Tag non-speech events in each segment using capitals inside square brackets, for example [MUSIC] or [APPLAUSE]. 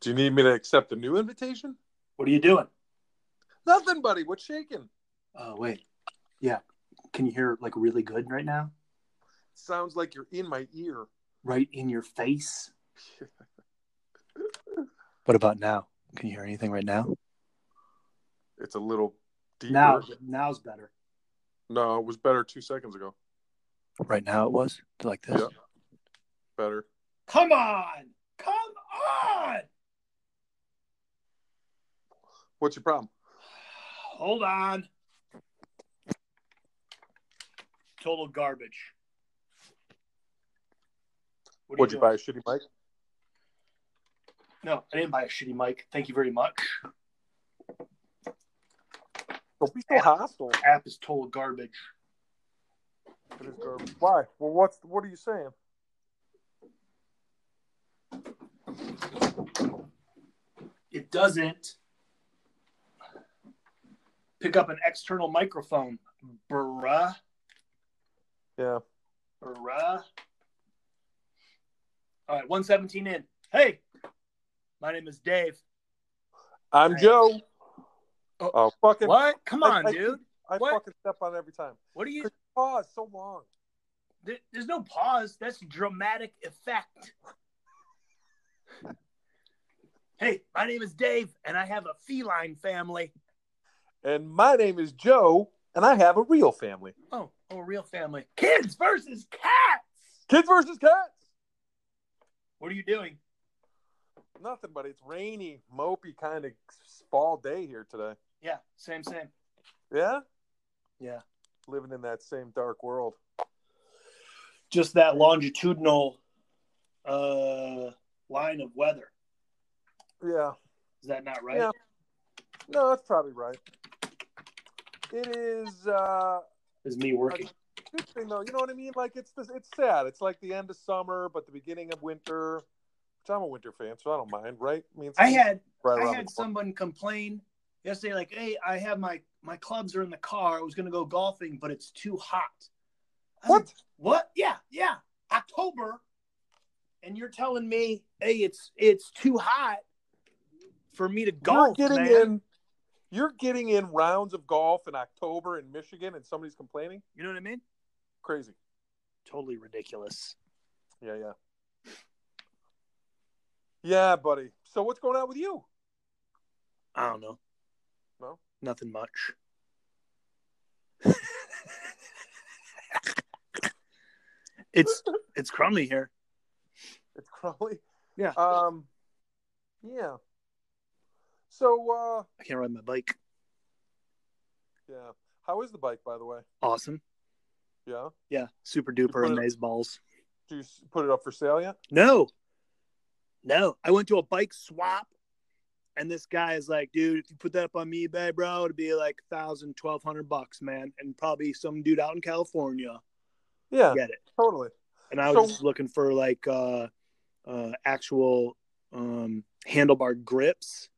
Do you need me to accept a new invitation? What are you doing? Nothing, buddy. What's shaking? Oh, wait. Yeah. Can you hear it, like really good right now? Sounds like you're in my ear. Right in your face? [LAUGHS] what about now? Can you hear anything right now? It's a little deeper. Now, now's better. No, it was better two seconds ago. Right now it was like this. Yeah. Better. Come on. Come on. What's your problem? Hold on. Total garbage. What are Would you buy doing? a shitty mic? No, I didn't buy a shitty mic. Thank you very much. Don't be so hostile. App is total garbage. It is garbage. Why? Well, what's what are you saying? It doesn't pick up an external microphone. Bruh. Yeah. Bruh. All right, 117 in. Hey, my name is Dave. I'm Right. Joe. Oh. Oh, fucking! What? Come I- on, I- dude. I what? fucking step on every time. What are you? Pause so long. There- There's no pause. That's dramatic effect. hey, my name is Dave, and I have a feline family. And my name is Joe, and I have a real family. Oh, oh, a real family. Kids versus cats. Kids versus cats. What are you doing? Nothing, but it's rainy, mopey kind of fall day here today. Yeah, same, same. Yeah. Yeah. Living in that same dark world. Just that longitudinal uh, line of weather. Yeah. Is that not right? Yeah. No, that's probably right. It is. uh Is me working. good thing though. You know what I mean? Like it's this, it's sad. It's like the end of summer, but the beginning of winter. Which I'm a winter fan, so I don't mind, right? I mean, it's I had right I around had the corner. someone complain yesterday, like, "Hey, I have my my clubs are in the car. I was going to go golfing, but it's too hot." I was What? like, what? Yeah, yeah. October, and you're telling me, "Hey, it's it's too hot for me to golf." you're getting man." in. You're getting in rounds of golf in October in Michigan, and somebody's complaining. You know what I mean? Crazy. Totally ridiculous. Yeah, yeah. Yeah, buddy. So what's going on with you? I don't know. No? nothing much. [LAUGHS] [LAUGHS] it's it's crummy here. It's Crowley. Yeah. Um. Yeah. So, uh, I can't ride my bike. yeah. How is the bike, by the way? Awesome. Yeah. Yeah, super put duper it- amaze balls. Do you s- put it up for sale yet? No, no. I went to a bike swap, and this guy is like, "Dude, if you put that up on me, eBay, bro, it'd be like thousand, twelve hundred bucks, man, and probably some dude out in California Yeah. get it." Totally. And I was So- just looking for like uh, uh, actual um, handlebar grips,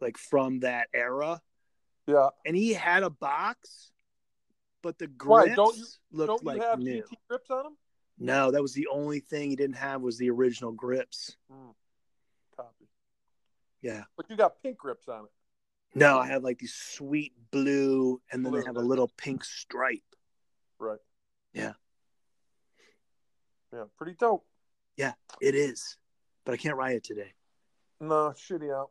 like from that era. Yeah. And he had a box, but the grips Why, don't you- looked Don't like you have new. GT grips on them? No, that was the only thing he didn't have was the original grips. Copy. Yeah. But you got pink grips on it. No, I have like these sweet blue, and then Blue, they have a that's little pink stripe. Right. Yeah. Yeah. Pretty dope. It is, but I can't ride it today. No, shitty out.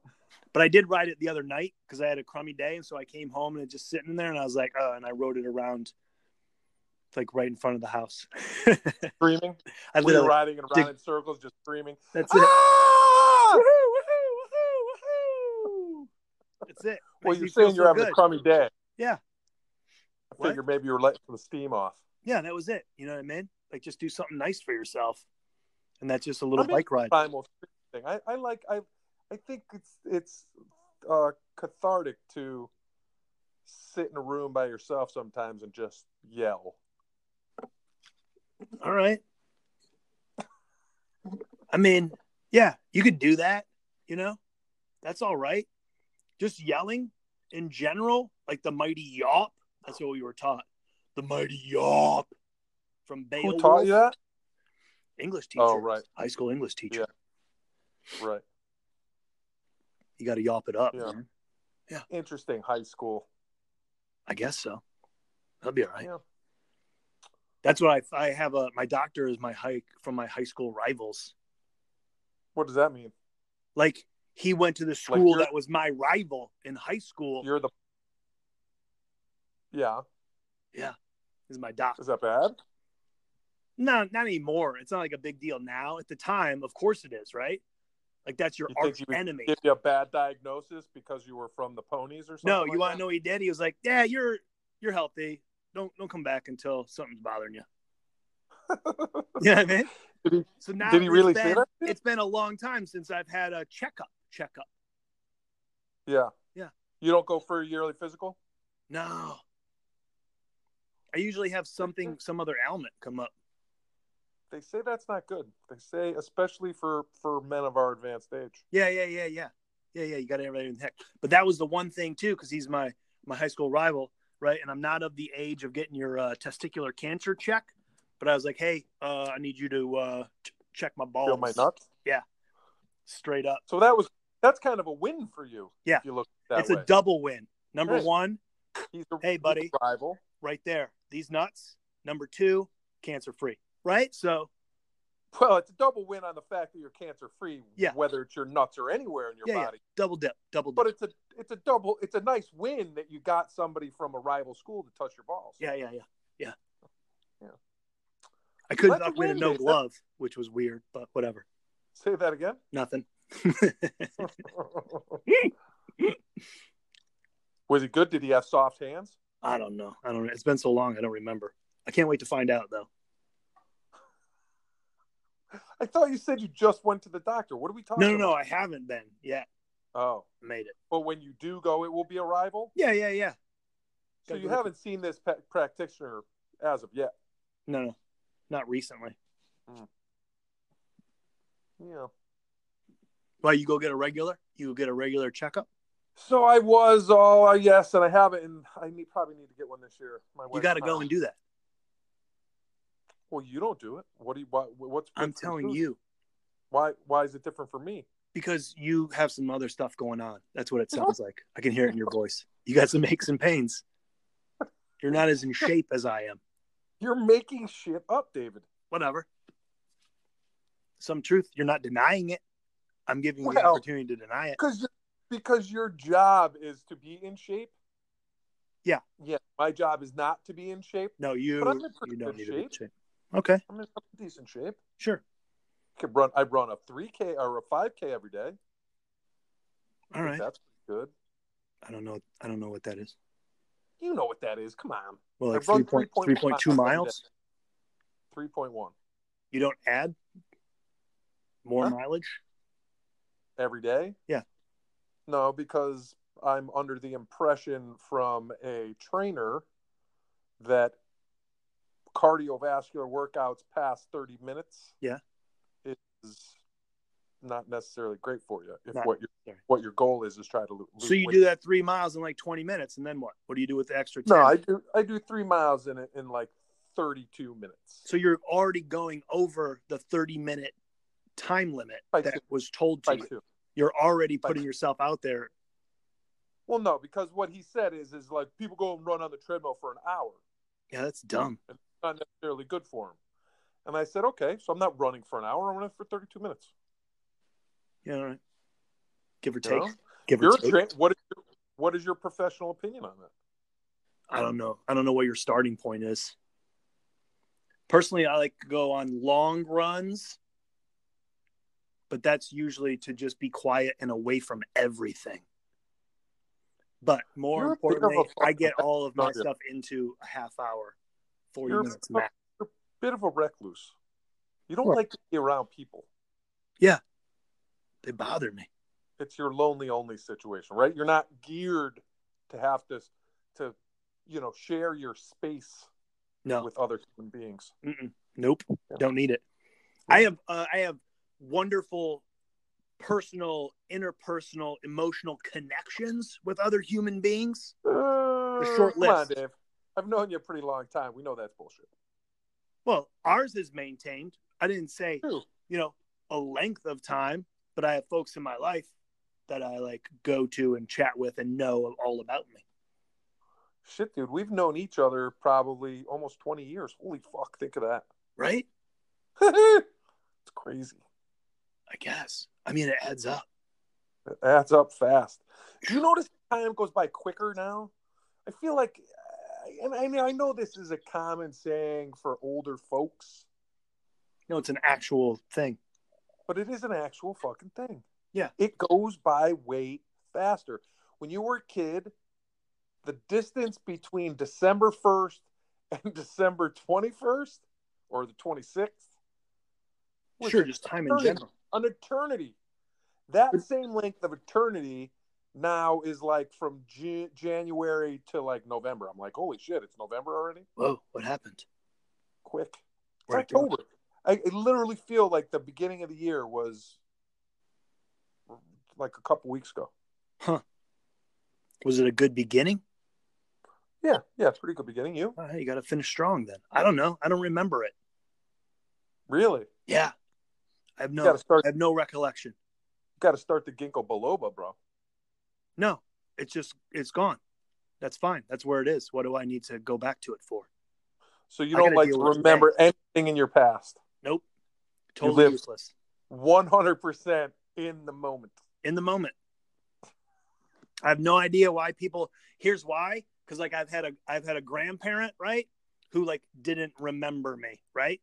But I did ride it the other night because I had a crummy day, and so I came home and it just sitting in there, and I was like, oh, and I rode it around, like right in front of the house. [LAUGHS] Screaming. I we were literally, riding and around in circles, just screaming. [LAUGHS] that's it. Ah! That's it. Well, Makes you're me feel saying you're so having a good. crummy day. Yeah. I figured maybe you were letting some steam off. yeah, that was it. You know what I mean? Like, just do something nice for yourself, and that's just a little I'm bike ride. primal thing. I, I like I I think it's it's uh, cathartic to sit in a room by yourself sometimes and just yell. All right. I mean, yeah, you could do that, you know? That's all right. Just yelling in general, like the mighty yawp. That's what we were taught. The mighty yawp from Beowulf. Who taught you that? English teacher. Oh, right. High school English teacher. Right. You got to yawp it up. Yeah. man. Interesting high school. I guess so. That'll be all right. Yeah. That's what I I have a my doctor is my hike from my high school rivals. What does that mean? Like he went to the school you're- that was my rival in high school. You're the. Yeah. Is my doctor. Is that bad? No, not anymore. It's not like a big deal now. At the time, of course it is, right? Like that's your You think arch you would enemy. Give you a bad diagnosis because you were from the ponies or something? No, you like want that? to know what he did? He was like, "Yeah, you're you're healthy. Don't don't come back until [LAUGHS] something's bothering you." yeah, you know what I mean. Did he- So now did he it's really say been, that? It's been a long time since I've had a checkup. Checkup. Yeah. Yeah. You don't go for a yearly physical? No. I usually have something, some other ailment come up. They say that's not good. They say, especially for for men of our advanced age. Yeah, yeah, yeah, yeah, yeah, yeah. You got everybody in the heck. But that was the one thing too, because he's my my high school rival, right? And I'm not of the age of getting your uh, testicular cancer check. But I was like, hey, uh, I need you to uh, ch- check my balls Feel my nuts. straight up. So that was that's kind of a win for you. Yeah. If you look that it's way. a double win. Number Right. one, He's a, Hey, he's a buddy. rival. right there. These nuts. Number two, cancer free. Right. So Well, it's a double win on the fact that you're cancer free, Yeah. whether it's your nuts or anywhere in your Yeah, yeah. body. double dip, double dip. But it's a it's a double it's a nice win that you got somebody from a rival school to touch your balls. Yeah, yeah, yeah, yeah. Yeah. I couldn't That's a upgrade a win, no Dave. That- glove, which was weird, but whatever. Say that [LAUGHS] again. Nothing. was he good? Did he have soft hands? I don't know. I don't. It's been so long. I don't remember. I can't wait to find out though. I thought you said you just went to the doctor. What are we talking No, no, no. about? I haven't been yet. Oh. Made it. But when you do go, it will be a rival. Yeah, yeah, yeah. So Gotta you go- haven't seen this pa- practitioner as of yet. No, no, not recently. Yeah. Why you go get a regular? You go get a regular checkup. So I was, oh yes, and I haven't, and I need, probably need to get one this year. My You wife- got to go and do that. Well, you don't do it. What do you? What, what's? I'm what's- telling you Why? Why is it different for me? because you have some other stuff going on. That's what it sounds like. I can hear it in your voice. You got some aches and pains. You're not as in shape as I am. You're making shit up, David. whatever. Some truth. You're not denying it. I'm giving you the Well- opportunity to deny it. Because because your job is to be in shape. Yeah. Yeah. My job is not to be in shape. No, you But I'm in pretty you don't good need to be in shape. Okay, I'm in decent shape. sure. Could run. I run a three k or a five k every day. I All right. think That's pretty good. I don't know. I don't know what that is. You know what that is. Come on. Well, I like run 3.2 3.1 miles. Three point one You don't add more Huh? mileage. every day. Yeah. No, because I'm under the impression from a trainer that cardiovascular workouts past 30 minutes. Yeah. Is not necessarily great for you if Not what your necessary. what your goal is is try to lo- lose. So you weight. do that three miles in like 20 minutes, and then what? What do you do with the extra? 10? No, I do. I do three miles in it in like 32 minutes. So you're already going over the 30 minute time limit By that two. was told to By you. two. You're already By putting yourself out there. Well, no, because what he said is is like people go and run on the treadmill for an hour. Yeah, that's dumb. Not necessarily good for him. And I said, okay, so I'm not running for an hour. I'm running for 32 minutes. Yeah, all right. Give or you take. know? Give or You're a take. tra- what is your, what is your professional opinion on that? I don't know. I don't know what your starting point is. Personally, I like to go on long runs, but that's usually to just be quiet and away from everything. But more You're a bit of a importantly, I get all of my Not yet. stuff into a half hour, 40 You're a minutes bit of- max. Bit of a recluse. You don't Sure. like to be around people. They bother me. It's your lonely only situation, right? You're not geared to have to to you know share your space No. with other human beings. Mm-mm. Nope. Yeah. Don't need it. I have uh, I have wonderful personal, interpersonal, emotional connections with other human beings. Uh, short come on, list. Dave. I've known you a pretty long time. We know that's bullshit. Well, ours is maintained. I didn't say, True. you know, a length of time, but I have folks in my life that I like go to and chat with and know all about me. Shit, dude, we've known each other probably almost 20 years. Holy fuck, think of that. [LAUGHS] Right? it's crazy. I guess. I mean, it adds up. It adds up fast. Do you notice time goes by quicker now? I feel like, and I mean, I know this is a common saying for older folks, No, it's an actual thing. but it is an actual fucking thing. Yeah. It goes by way faster. When you were a kid, the distance between December 1st and [LAUGHS] December 21st or the 26th was Sure, just time in eternity- general. An eternity. That same length of eternity now is like from J- January to like November. I'm like, holy shit, it's November already? Whoa, what happened? Quick. It's Where'd it go? October. I, I literally feel like the beginning of the year was like a couple weeks ago. Was it a good beginning? Yeah, yeah, it's pretty good beginning. You Oh, hey, you got to finish strong then. I don't know. I don't remember it. really Yeah. I have no you got to start. I have no recollection. Got to start the ginkgo biloba, bro. No. It's just it's gone. That's fine. That's where it is. What do I need to go back to it for? So you I don't gotta like deal with remember anything in your past. Nope. You Totally live- useless. One hundred percent in the moment. [LAUGHS] In the moment. I have no idea why people here's why. Cause like I've had a I've had a grandparent, right? Who like didn't remember me, right?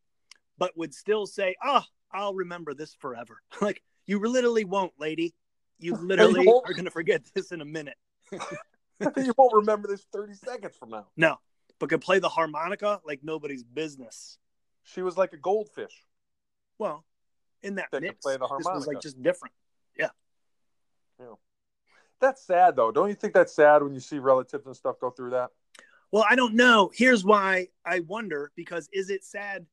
But would still say, Oh, I'll remember this forever. [LAUGHS] like you literally won't, lady. [LAUGHS] You literally won't. are gonna forget this in a minute. you won't remember this thirty seconds from now. No, but could play the harmonica like nobody's business. She was like a goldfish. Well, in that That could mix, play the this was like harmonica. just different. That's sad though. Don't you think that's sad when you see relatives and stuff go through that? Well, I don't know. Here's why I wonder because is it sad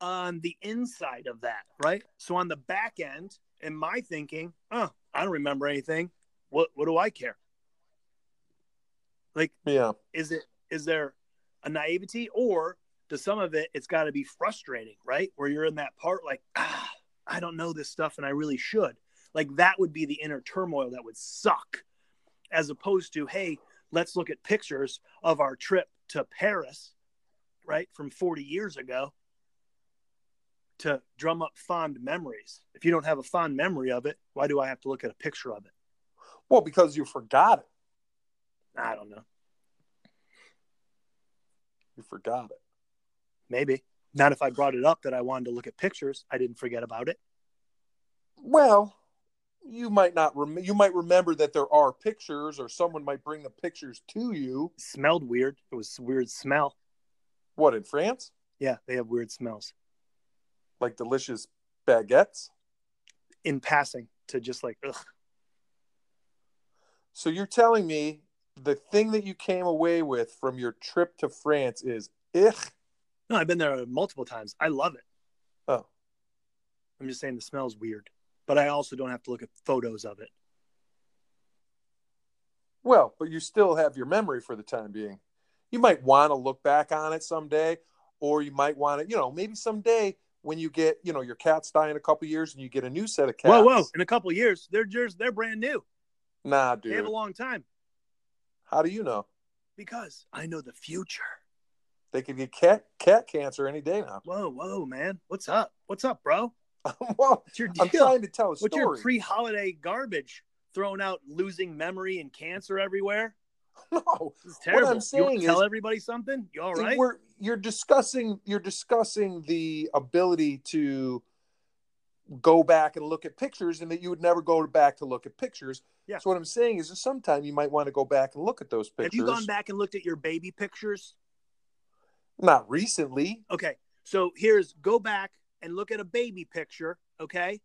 on the inside of that, right? So on the back end, in my thinking, oh, I don't remember anything. What what do I care? Like, Yeah. is it is there a naivety or to some of it it's got to be frustrating right where you're in that part like ah i don't know this stuff and i really should like that would be the inner turmoil that would suck as opposed to hey let's look at pictures of our trip to paris right from 40 years ago to drum up fond memories if you don't have a fond memory of it why do i have to look at a picture of it Well, because you forgot it. i don't know You forgot it. maybe not if i brought it up that i wanted to look at pictures i didn't forget about it Well, you might not. Rem- you might remember that there are pictures, or someone might bring the pictures to you. It smelled weird. It was a weird smell. What in France? Yeah, they have weird smells. Like delicious baguettes. In passing, to just like, ugh, So you're telling me the thing that you came away with from your trip to France is ich? no, I've been there multiple times. I love it. Oh, I'm just saying the smell's weird, but I also don't have to look at photos of it. well, but you still have your memory for the time being. You might want to look back on it someday, or you might want to, you know, maybe someday when you get, you know, your cats die in a couple years and you get a new set of cats. Whoa, whoa! In a couple of years, they're just they're brand new. Nah, They have dude. a long time How do you know? because I know the future. They could get cat cat cancer any day now. [LAUGHS] Whoa, whoa, man! What's up? What's up, bro? well, What's your deal? I'm trying to tell a What's your story. pre-holiday garbage? Thrown out, losing memory and cancer everywhere. [LAUGHS] no, This is terrible. I'm you want saying to tell is- everybody something? You all right? we're you're discussing you're discussing the ability to go back and look at pictures, and that you would never go back to look at pictures. Yeah. So what I'm saying is, that sometime you might want to go back and look at those pictures. Have you gone back and looked at your baby pictures? Not recently. Okay. So here's go back and look at a baby picture, okay?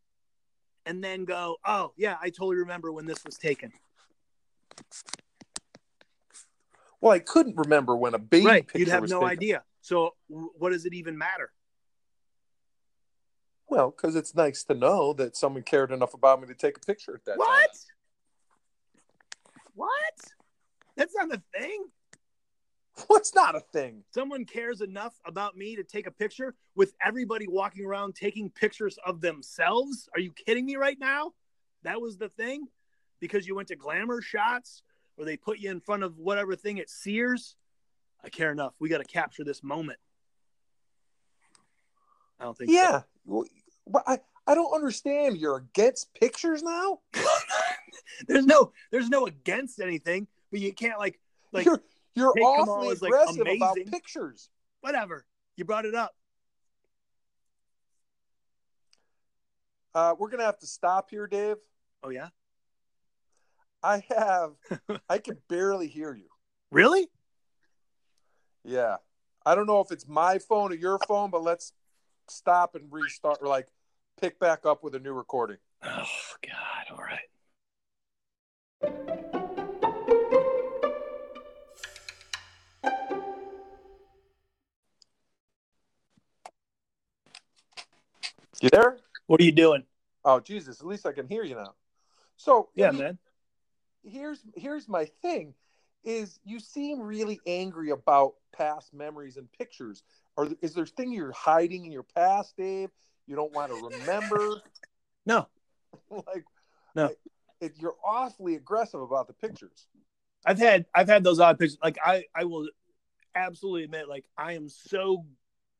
And then go, oh, yeah, I totally remember when this was taken. Well, I couldn't remember when a baby right. picture You'd have was no taken. idea. So w- what does it even matter? Well, because it's nice to know that someone cared enough about me to take a picture at that. time. [LAUGHS] What? What? That's not a thing. What's not a thing? Someone cares enough about me to take a picture with everybody walking around taking pictures of themselves. Are you kidding me right now? That was the thing. because you went to glamour shots or they put you in front of whatever thing at Sears. I care enough. We got to capture this moment. I don't think. Yeah. Well, but I, I don't understand. You're against pictures now? so. there's no there's no against anything, but you can't like like you're you're Hey, come awfully on, it's, like, aggressive about amazing. pictures. whatever. You brought it up. Uh, we're gonna have to stop here, Dave. Oh yeah, I [LAUGHS] have I can barely hear you. really? Yeah. I don't know if it's my phone or your phone, but let's stop and restart or like pick back up with a new recording. Oh God! All right. You there? What are you doing? Oh Jesus, at least I can hear you now. So Yeah, man. here's here's my thing is you seem really angry about past memories and pictures. Are there, is there thing you're hiding in your past, Dave? You don't want to remember? [LAUGHS] No, [LAUGHS] like No. like, it, you're awfully aggressive about the pictures. I've had I've had those odd pictures. Like I I will absolutely admit, like I am so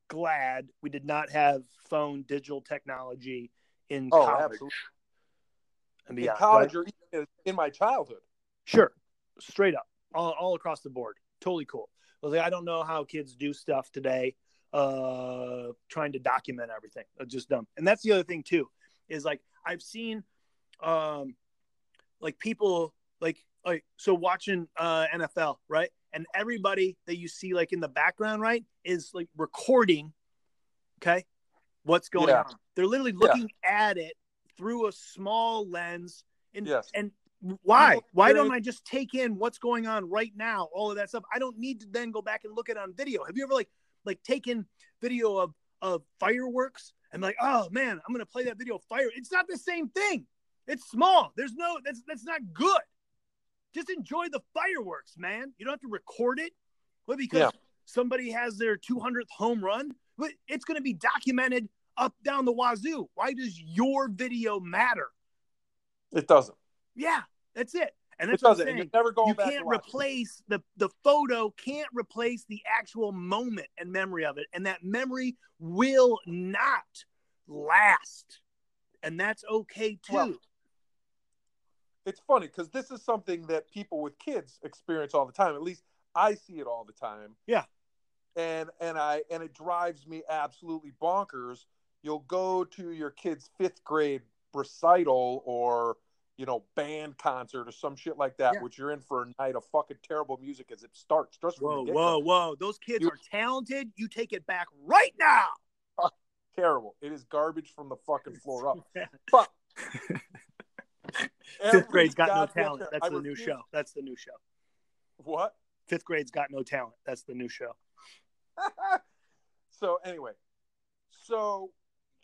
glad we did not have phone digital technology in Oh, college. absolutely. I mean, In yeah, college like, or even in my childhood. sure, straight up, all, all across the board, totally cool. I was like, I don't know how kids do stuff today, uh, trying to document everything. It's just dumb. And that's the other thing too, is like I've seen, um, like people like like so watching uh NFL right, and everybody that you see like in the background right is like recording, okay, what's going Yeah. on. They're literally looking at it through a small lens and Yes. and why? don't Why really- don't I just take in what's going on right now? All of that stuff. I don't need to then go back and look at it on video. Have you ever like like taken video of of fireworks and like, oh man, I'm gonna play that video of fire. It's not the same thing. It's small. There's no that's that's not good. Just enjoy the fireworks, man. You don't have to record it. But because Yeah. somebody has their 200th home run, but it's going to be documented up down the wazoo. Why does your video matter? It doesn't. Yeah, that's it. And It that's what I'm doesn't. And saying. You're never going You back. can't to watch it. replace the the photo can't replace the actual moment and memory of it, and that memory will not last, and that's okay too. Well, It's funny because this is something that people with kids experience all the time. At least I see it all the time. Yeah. And and I and it drives me absolutely bonkers. You'll go to your kid's fifth grade recital or you know band concert or some shit like that, Yeah. which you're in for a night of fucking terrible music as it starts. Just from the whoa, get-go. whoa, whoa! Those kids You- are talented. You take it back right now. terrible. It is garbage from the [LAUGHS] fucking floor up. But Fifth grade's got no Every goddamn talent. time- That's I the new refuse- show. That's the new show. What? Fifth grade's got no talent. That's the new show. [LAUGHS] so anyway, so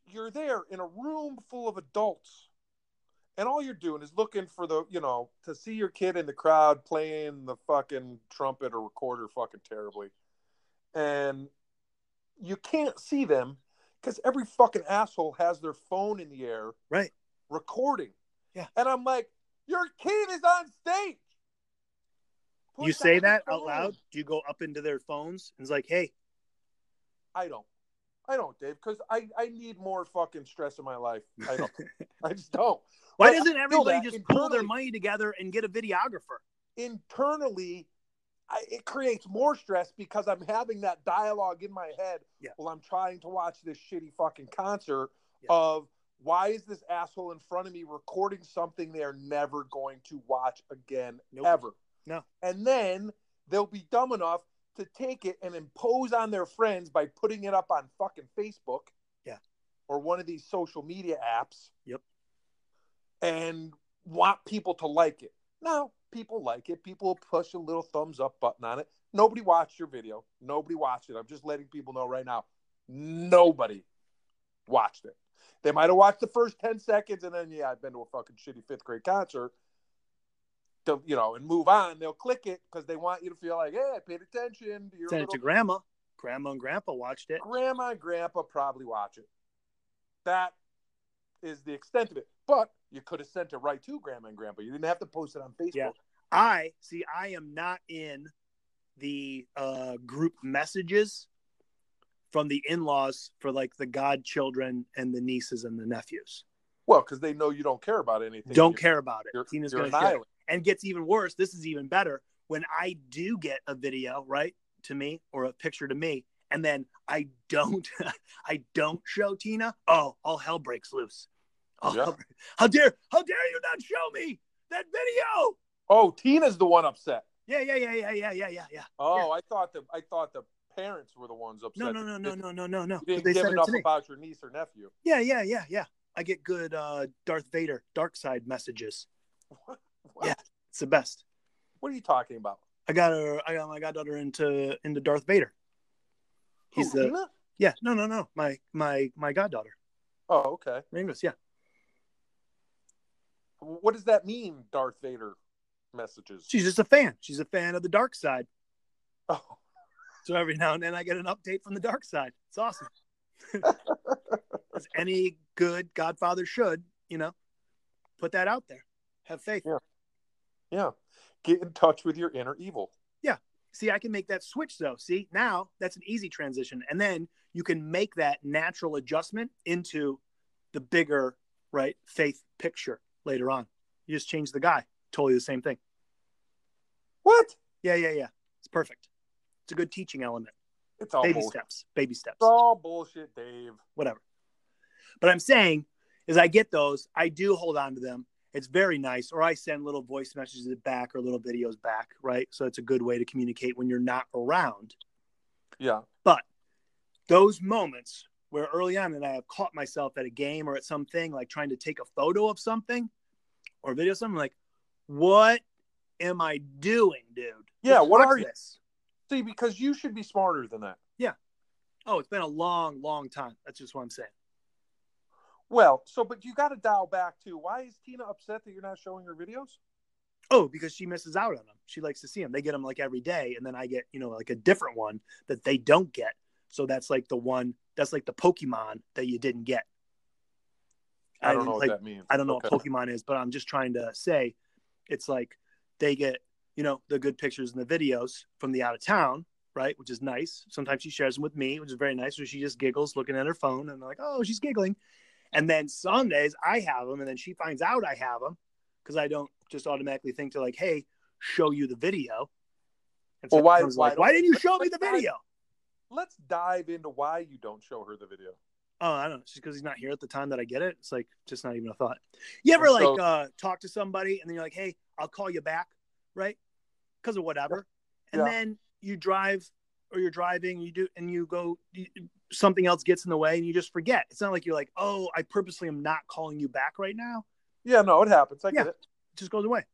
you're there in a room full of adults, and all you're doing is looking for the you know to see your kid in the crowd playing the fucking trumpet or recorder fucking terribly, and you can't see them because every fucking asshole has their phone in the air, Right. recording. Yeah. and I'm like, your kid is on stage. Put you say down the that out phone. loud? Do you go up into their phones and it's like, hey, I don't. I don't, Dave, because I, I need more fucking stress in my life. [LAUGHS] I don't. I just don't. Why But I doesn't everybody that just pull their internally. money together and get a videographer? Internally, I, it creates more stress because I'm having that dialogue in my head Yeah. while I'm trying to watch this shitty fucking concert Yeah. of why is this asshole in front of me recording something they're never going to watch again Nope. ever. No. And then they'll be dumb enough to take it and impose on their friends by putting it up on fucking Facebook. Yeah. Or one of these social media apps. Yep. And want people to like it. No, people like it. People will push a little thumbs up button on it. Nobody watched your video. Nobody watched it. I'm just letting people know right now. Nobody watched it. They might have watched the first 10 seconds and then, yeah, I've been to a fucking shitty fifth grade concert they'll you know and move on they'll click it because they want you to feel like hey i paid attention to your Send it little to grandma. Grandma and grandpa watched it. grandma and grandpa probably watch it that is the extent of it but You could have sent it right to grandma and grandpa. You didn't have to post it on Facebook. Yeah. I see. I am not in the uh, group messages from the in-laws for like the godchildren and the nieces and the nephews. Well, because they know you don't care about anything. Don't You're- care about it. You're, Tina's you're going an to care. island. And gets even worse. This is even better when I do get a video right to me or a picture to me, and then I don't, [LAUGHS] I don't show Tina. Oh, all hell breaks loose. Oh, Yeah. [LAUGHS] how dare, how dare you not show me that video? Oh, Tina's the one upset. Yeah, yeah, yeah, yeah, yeah, yeah, yeah, yeah. Oh, I thought the I thought the parents were the ones upset. No, no, no, no, no, no, no, no. You But didn't They give said it enough to me. about your niece or nephew. Yeah, yeah, yeah, yeah. I get good uh, Darth Vader dark side messages. What? What? Yeah. It's the best. What are you talking about? I got her. I got my goddaughter into into Darth Vader. Who, He's uh, the Tina? yeah. No, no, no. My my my goddaughter. Oh, okay. Rainbows. Yeah. What does that mean, Darth Vader messages? She's just a fan. She's a fan of the dark side. Oh, So every now and then I get an update from the dark side. It's awesome. As any good Godfather should, you know, put that out there. Have faith. Yeah. yeah. Get in touch with your inner evil. See, I can make that switch though. See, now that's an easy transition. And then you can make that natural adjustment into the bigger, right, faith picture later on. You just change the guy. Totally the same thing. What? Yeah, yeah, yeah. It's perfect. It's a good teaching element. It's all baby bullshit. steps, baby steps, It's all bullshit, Dave. whatever. But I'm saying is I get those. I do hold on to them. It's very nice. Or I send little voice messages back or little videos back, right? So it's a good way to communicate when you're not around. Yeah. those moments where early on and I have caught myself at a game or at something like trying to take a photo of something or video of something like what am I doing, dude? Yeah, The what fuck's are you- this? See, because you should be smarter than that. Oh, it's been a long, long time. That's just what I'm saying. Well, so but you got to dial back to why is Tina upset that you're not showing her videos? Oh, because she misses out on them. She likes to see them. They get them like every day, and then I get you know like a different one that they don't get. So that's like the one that's like the Pokemon that you didn't get. I don't didn't, know what like, that means. I don't know Okay. what Pokemon is, but I'm just trying to say it's like they get, you know, the good pictures and the videos from the out of town, right? Which is nice. Sometimes she shares them with me, which is very nice. Where she just giggles looking at her phone and like, oh, she's giggling. And then some days I have them and then she finds out I have them because I don't just automatically think to like, hey, show you the video. And Well, why- sometimes, why like, why don't- didn't you show me the video? Let's dive into why you don't show her the video. Oh, I don't know. It's just because he's not here at the time that I get it. It's like just not even a thought. You ever And like so- uh, talk to somebody and then you're like, "Hey, I'll call you back," right? Because of whatever, and Yeah. then you drive or you're driving, you do, and you go. You, something else gets in the way, and you just forget. It's not like you're like, "Oh, I purposely am not calling you back right now." Yeah, no, it happens. I get Yeah. it. It just goes away.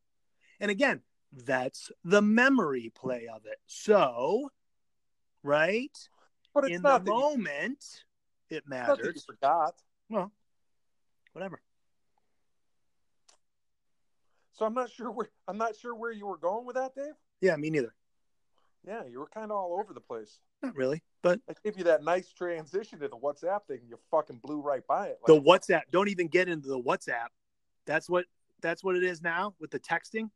And again, that's the memory play of it. So, right But it's in the not that, you, moment, it it's not that you matters. forgot. Well, whatever. So I'm not sure where I'm not sure where you were going with that, Dave. Yeah, me neither. Yeah, you were kind of all over the place. Not really, but I gave you that nice transition to the WhatsApp thing. and You fucking blew right by it. the Like, WhatsApp. Don't even get into the WhatsApp. That's what that's what it is now with the texting.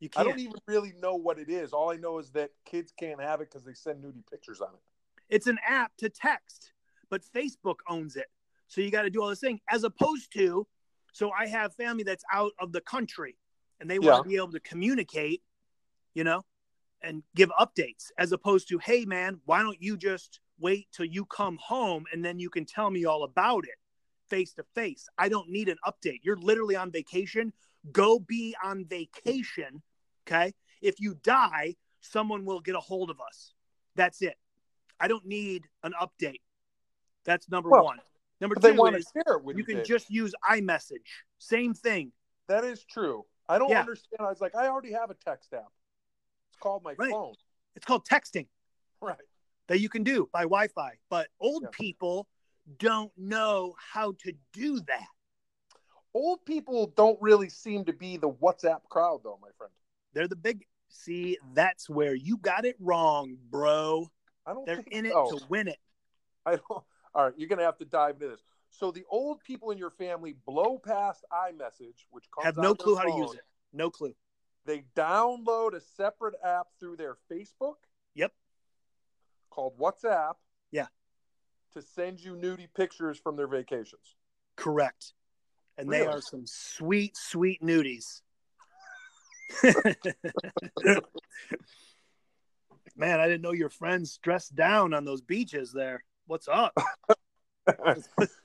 You I can't. don't even really know what it is. All I know is that kids can't have it because they send nudie pictures on it. it's an app to text, but Facebook owns it. So you got to do all this thing as opposed to. So I have family that's out of the country, and they want to be able to communicate, you know, and give updates as opposed to, hey man, why don't you just wait till you come home and then you can tell me all about it face to face. I don't need an update. You're literally on vacation. Go be on vacation. Okay. If you die, someone will get a hold of us. That's it. I don't need an update. That's number Well, one. Number But they two want to is share it with you. you can Dave. just use iMessage. Same thing. That is true. I don't Yeah. understand. I was like, I already have a text app. It's called my Right. phone. [LAUGHS] It's called texting Right. that you can do by Wi Fi. But old Yeah. people don't know how to do that. Old people don't really seem to be the WhatsApp crowd, though, my friend. They're the big. See, that's where you got it wrong, bro. I don't They're think in it so. [LAUGHS] to win it. I don't. All right, you're gonna have to dive into this. So the old people in your family blow past iMessage, which comes Have on no their clue how to phone. use it. No clue. They download a separate app through their Facebook. Yep. Called WhatsApp. Yeah. To send you nudie pictures from their vacations. Correct. And they Really? are some sweet, sweet [LAUGHS] nudies. Man, I didn't know your friends dressed down on those beaches there. What's up?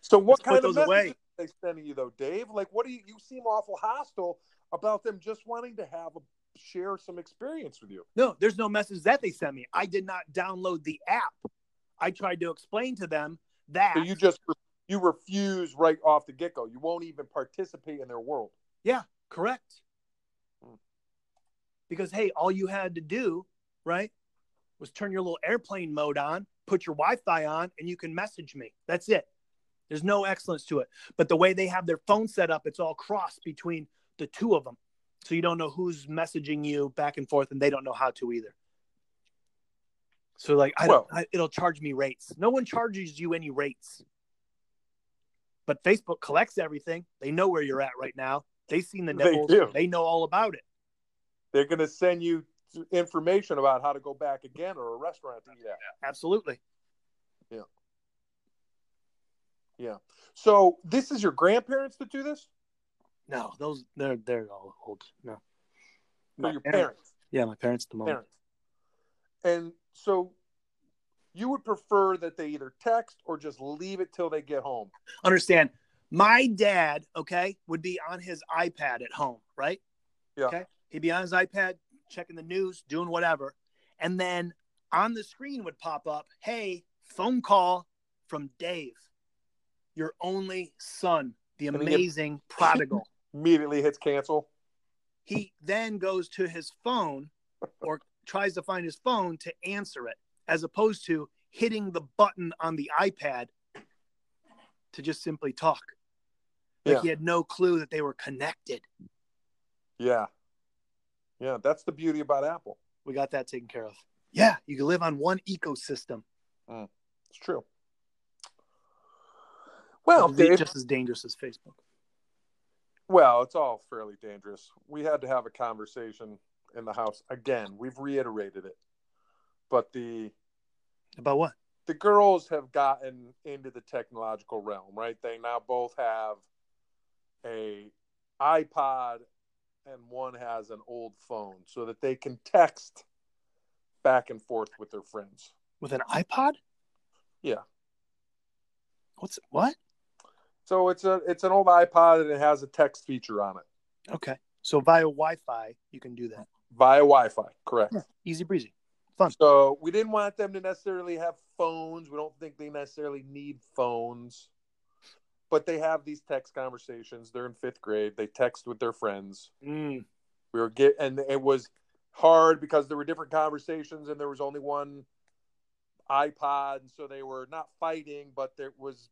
so what put kind of those away. messages are they sending you though, Dave? Like, what do you? You seem awful hostile about them just wanting to have a share some experience with you. [LAUGHS] No, there's no message that they sent me. I did not download the app. I tried to explain to them that So you just you refuse right off the get go. You won't even participate in their world. Correct. Hmm. Because hey, all you had to do, right, was turn your little airplane mode on, put your Wi-Fi on, and you can message me. That's it. There's no excellence to it. But the way they have their phone set up, it's all cross between the two of them. So you don't know who's messaging you back and forth, and they don't know how to either. So like, I don't. I, it'll charge me rates. No one charges you any rates. But Facebook collects everything. They know where you're at right now. They've seen the They nipples. do. they know all about it. They're going to send you information about how to go back again or a restaurant to eat at. Absolutely. So this is your grandparents that do this, No, those they're they're all old. No. or My your parents. parents? Yeah, my parents at the moment. Parents. And so you would prefer that they either text or just leave it till they get home. Understand. My dad, okay, would be on his iPad at home, right? Yeah. Okay. He'd be on his iPad, checking the news, doing whatever. And then on the screen would pop up, hey, phone call from Dave, your only son, the And he get- amazing prodigal. Immediately hits cancel. he then goes to his phone or tries to find his phone to answer it as opposed to hitting the button on the ipad to just simply talk like Yeah. he had no clue that they were connected Yeah. Yeah, that's the beauty about Apple. we got that taken care of yeah you can live on one ecosystem It's true. Well, Which is Dave, just as dangerous as facebook well, it's all fairly dangerous. We had to have a conversation in the house again. We've reiterated it. But the about what the girls have gotten into the technological realm, right? They now both have a iPod and one has an old phone so that they can text back and forth with their friends. with an ipod Yeah. what's what So it's a it's an old iPod and it has a text feature on it okay so via wi-fi you can do that via Wi-Fi, correct? easy breezy So we didn't want them to necessarily have phones. We don't think they necessarily need phones. But they have these text conversations. They're in 5th grade. They text with their friends. Mm, we were get and it was hard because there were different conversations and there was only one iPod and so they were not fighting but it was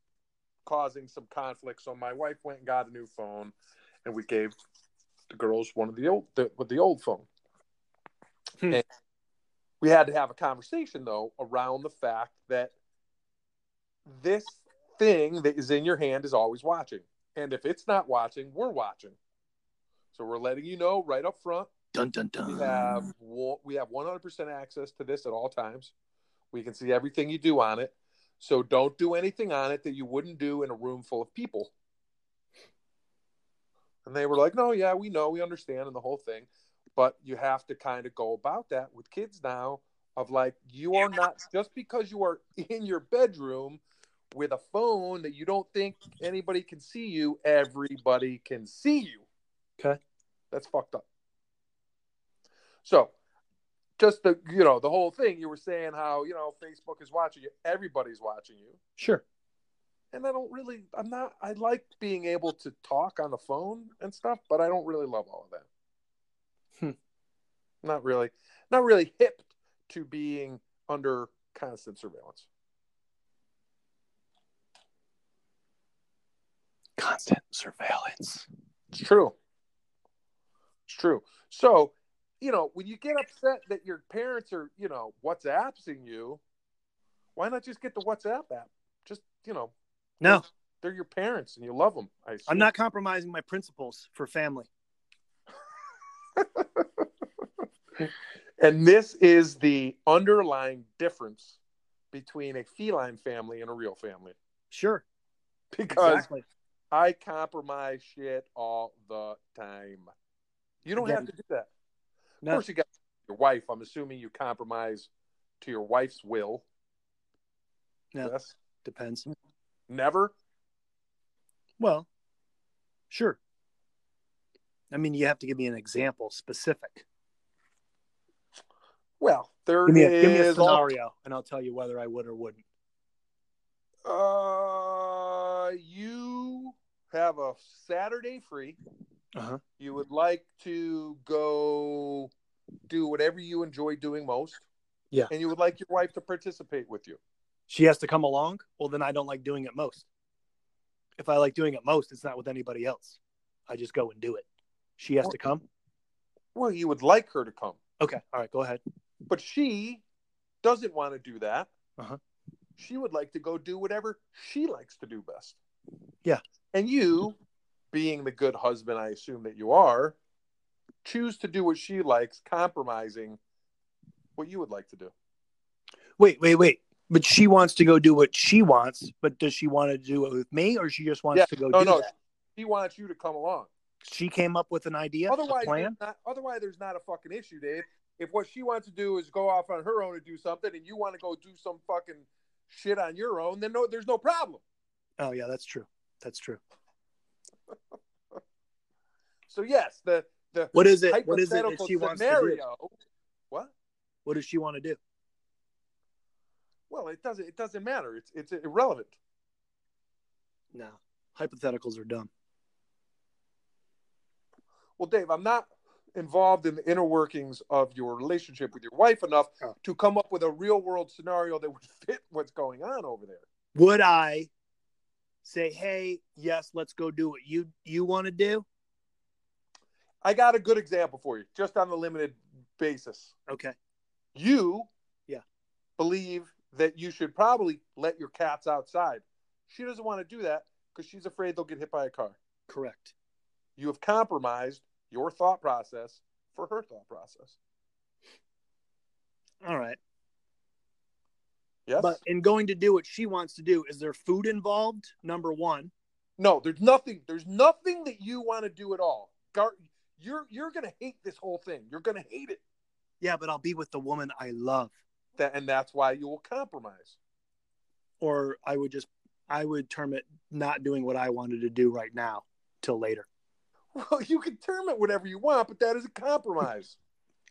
causing some conflict so my wife went and got a new phone and we gave the girls one of the old the, with the old phone Hmm. And we had to have a conversation though around the fact that this thing that is in your hand is always watching and if it's not watching we're watching so we're letting you know right up front dun dun we dun have wo- we have 100% access to this at all times. We can see everything you do on it. So don't do anything on it that you wouldn't do in a room full of people. And they were like, "No, yeah, we know, we understand and the whole thing, but you have to kind of go about that with kids now of like you are not just because you are in your bedroom with a phone that you don't think anybody can see you, everybody can see you." Okay. That's fucked up. So, just the you know the whole thing. You were saying how you know Facebook is watching you. Everybody's watching you, sure and I don't really. I'm not. I like being able to talk on the phone and stuff, but I don't really love all of that. Not really. Not really hip to being under constant surveillance. constant surveillance It's true. It's true. So, you know, when you get upset that your parents are, you know, WhatsAppsing you, why not just get the WhatsApp app? Just, you know, No, They're your parents, and you love them. I I'm not compromising my principles for family. And this is the underlying difference between a feline family and a real family Sure. because Exactly. I compromise shit all the time. You don't Yeah. have to do that. Of No, course, you got your wife. I'm assuming you compromise to your wife's will. Yeah. Yes. depends. Never. Well, sure. I mean, you have to give me an example specific. Well, there Give me a, give me a is all- scenario, and I'll tell you whether I would or wouldn't. Uh, you have a Saturday free. Uh-huh. You would like to go do whatever you enjoy doing most. Yeah. And you would like your wife to participate with you. She has to come along. Well, then I don't like doing it most. If I like doing it most, it's not with anybody else. I just go and do it. She has to come. Well, you would like her to come, Okay. All right. Go ahead. but she doesn't want to do that. Uh-huh. She would like to go do whatever she likes to do best. Yeah. And you, being the good husband I assume that you are, choose to do what she likes, compromising what you would like to do. Wait, wait, wait. But she wants to go do what she wants. But does she want to do it with me, or she just wants Yeah. to go No, do no. that? She wants you to come along. She came up with an idea, otherwise, a plan. there's not, otherwise, there's not a fucking issue, Dave. If what she wants to do is go off on her own and do something, and you want to go do some fucking shit on your own, then no, there's no problem. Oh yeah, that's true. That's true. So yes, the the What is it? What is it that hypothetical she wants to do? scenario. What? What does she want to do? Well, it doesn't. It doesn't matter. It's it's irrelevant. No, hypotheticals are dumb. Well, Dave, I'm not involved in the inner workings of your relationship with your wife enough Oh. to come up with a real world scenario that would [LAUGHS] fit what's going on over there. Would I say, "Hey, yes, let's go do what you you want to do"? I got a good example for you, just on the limited basis. Okay. you Yeah. believe that you should probably let your cats outside she doesn't want to do that because she's afraid they'll get hit by a car Correct. you have compromised your thought process for her thought process All right. yes But in going to do what she wants to do, is there food involved? Number one. no there's nothing there's nothing that you want to do at all Gar- you're you're gonna hate this whole thing you're gonna hate it Yeah, but I'll be with the woman I love, that, and that's why you will compromise [LAUGHS] or I would just I would term it not doing what I wanted to do right now till later. well you can term it whatever you want but that is a [LAUGHS] compromise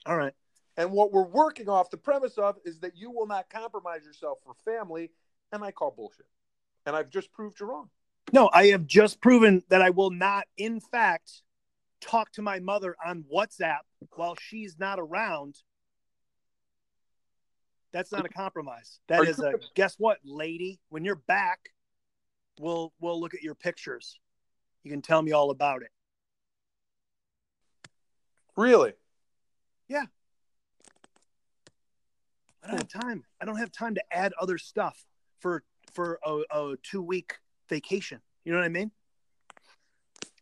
All right. And what we're working off the premise of is that you will not compromise yourself for family. And I call bullshit. And I've just proved you wrong. No, I have just proven that I will not, in fact, talk to my mother on WhatsApp while she's not around. That's not a compromise. That Are is you- a guess what, lady? When you're back, we'll we'll look at your pictures. You can tell me all about it. Really? I don't have time. I don't have time to add other stuff for for a, a two week vacation. You know what I mean?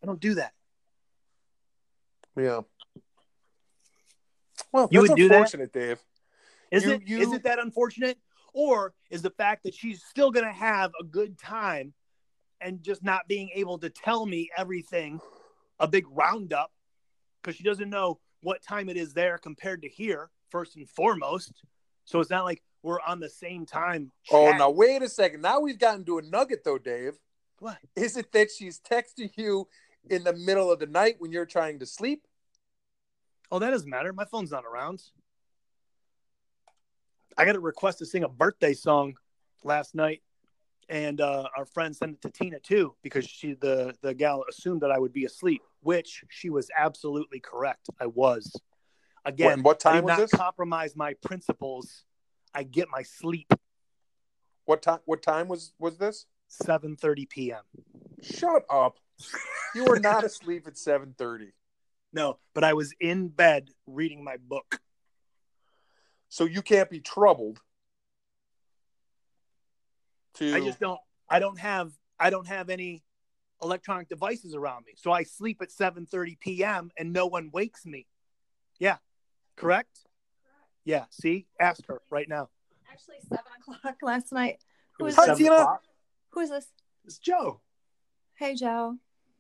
I don't do that. Yeah. Well, You that's would do that? unfortunate, Dave. Is You- it is you- it that unfortunate, or is the fact that she's still going to have a good time, and just not being able to tell me everything, a big roundup, because she doesn't know what time it is there compared to here. First and foremost, so it's not like we're on the same time. Oh, chat. now wait a second. Now we've gotten to a nugget, though, Dave. What? Is it that she's texting you in the middle of the night when you're trying to sleep? Oh, that doesn't matter. My phone's not around. I got a request to sing a birthday song last night, and uh, our friend sent it to Tina too because she the the gal assumed that I would be asleep, which she was absolutely correct. I was. What- Again, and what I did time was not this? compromise my principles. I get my sleep What time? What time was was this? 7:30 p.m. Shut up! You were not asleep at seven thirty. No, but I was in bed reading my book. so you can't be troubled to I just don't. I don't have I don't have any electronic devices around me. So I sleep at 7:30 p.m. and no one wakes me. Yeah. Correct? Yeah. See? Ask her right now. Actually, seven o'clock [LAUGHS] last night. It was Who is Hi, seven Tina. o'clock. Who is this? It's Joe. Hey, Joe.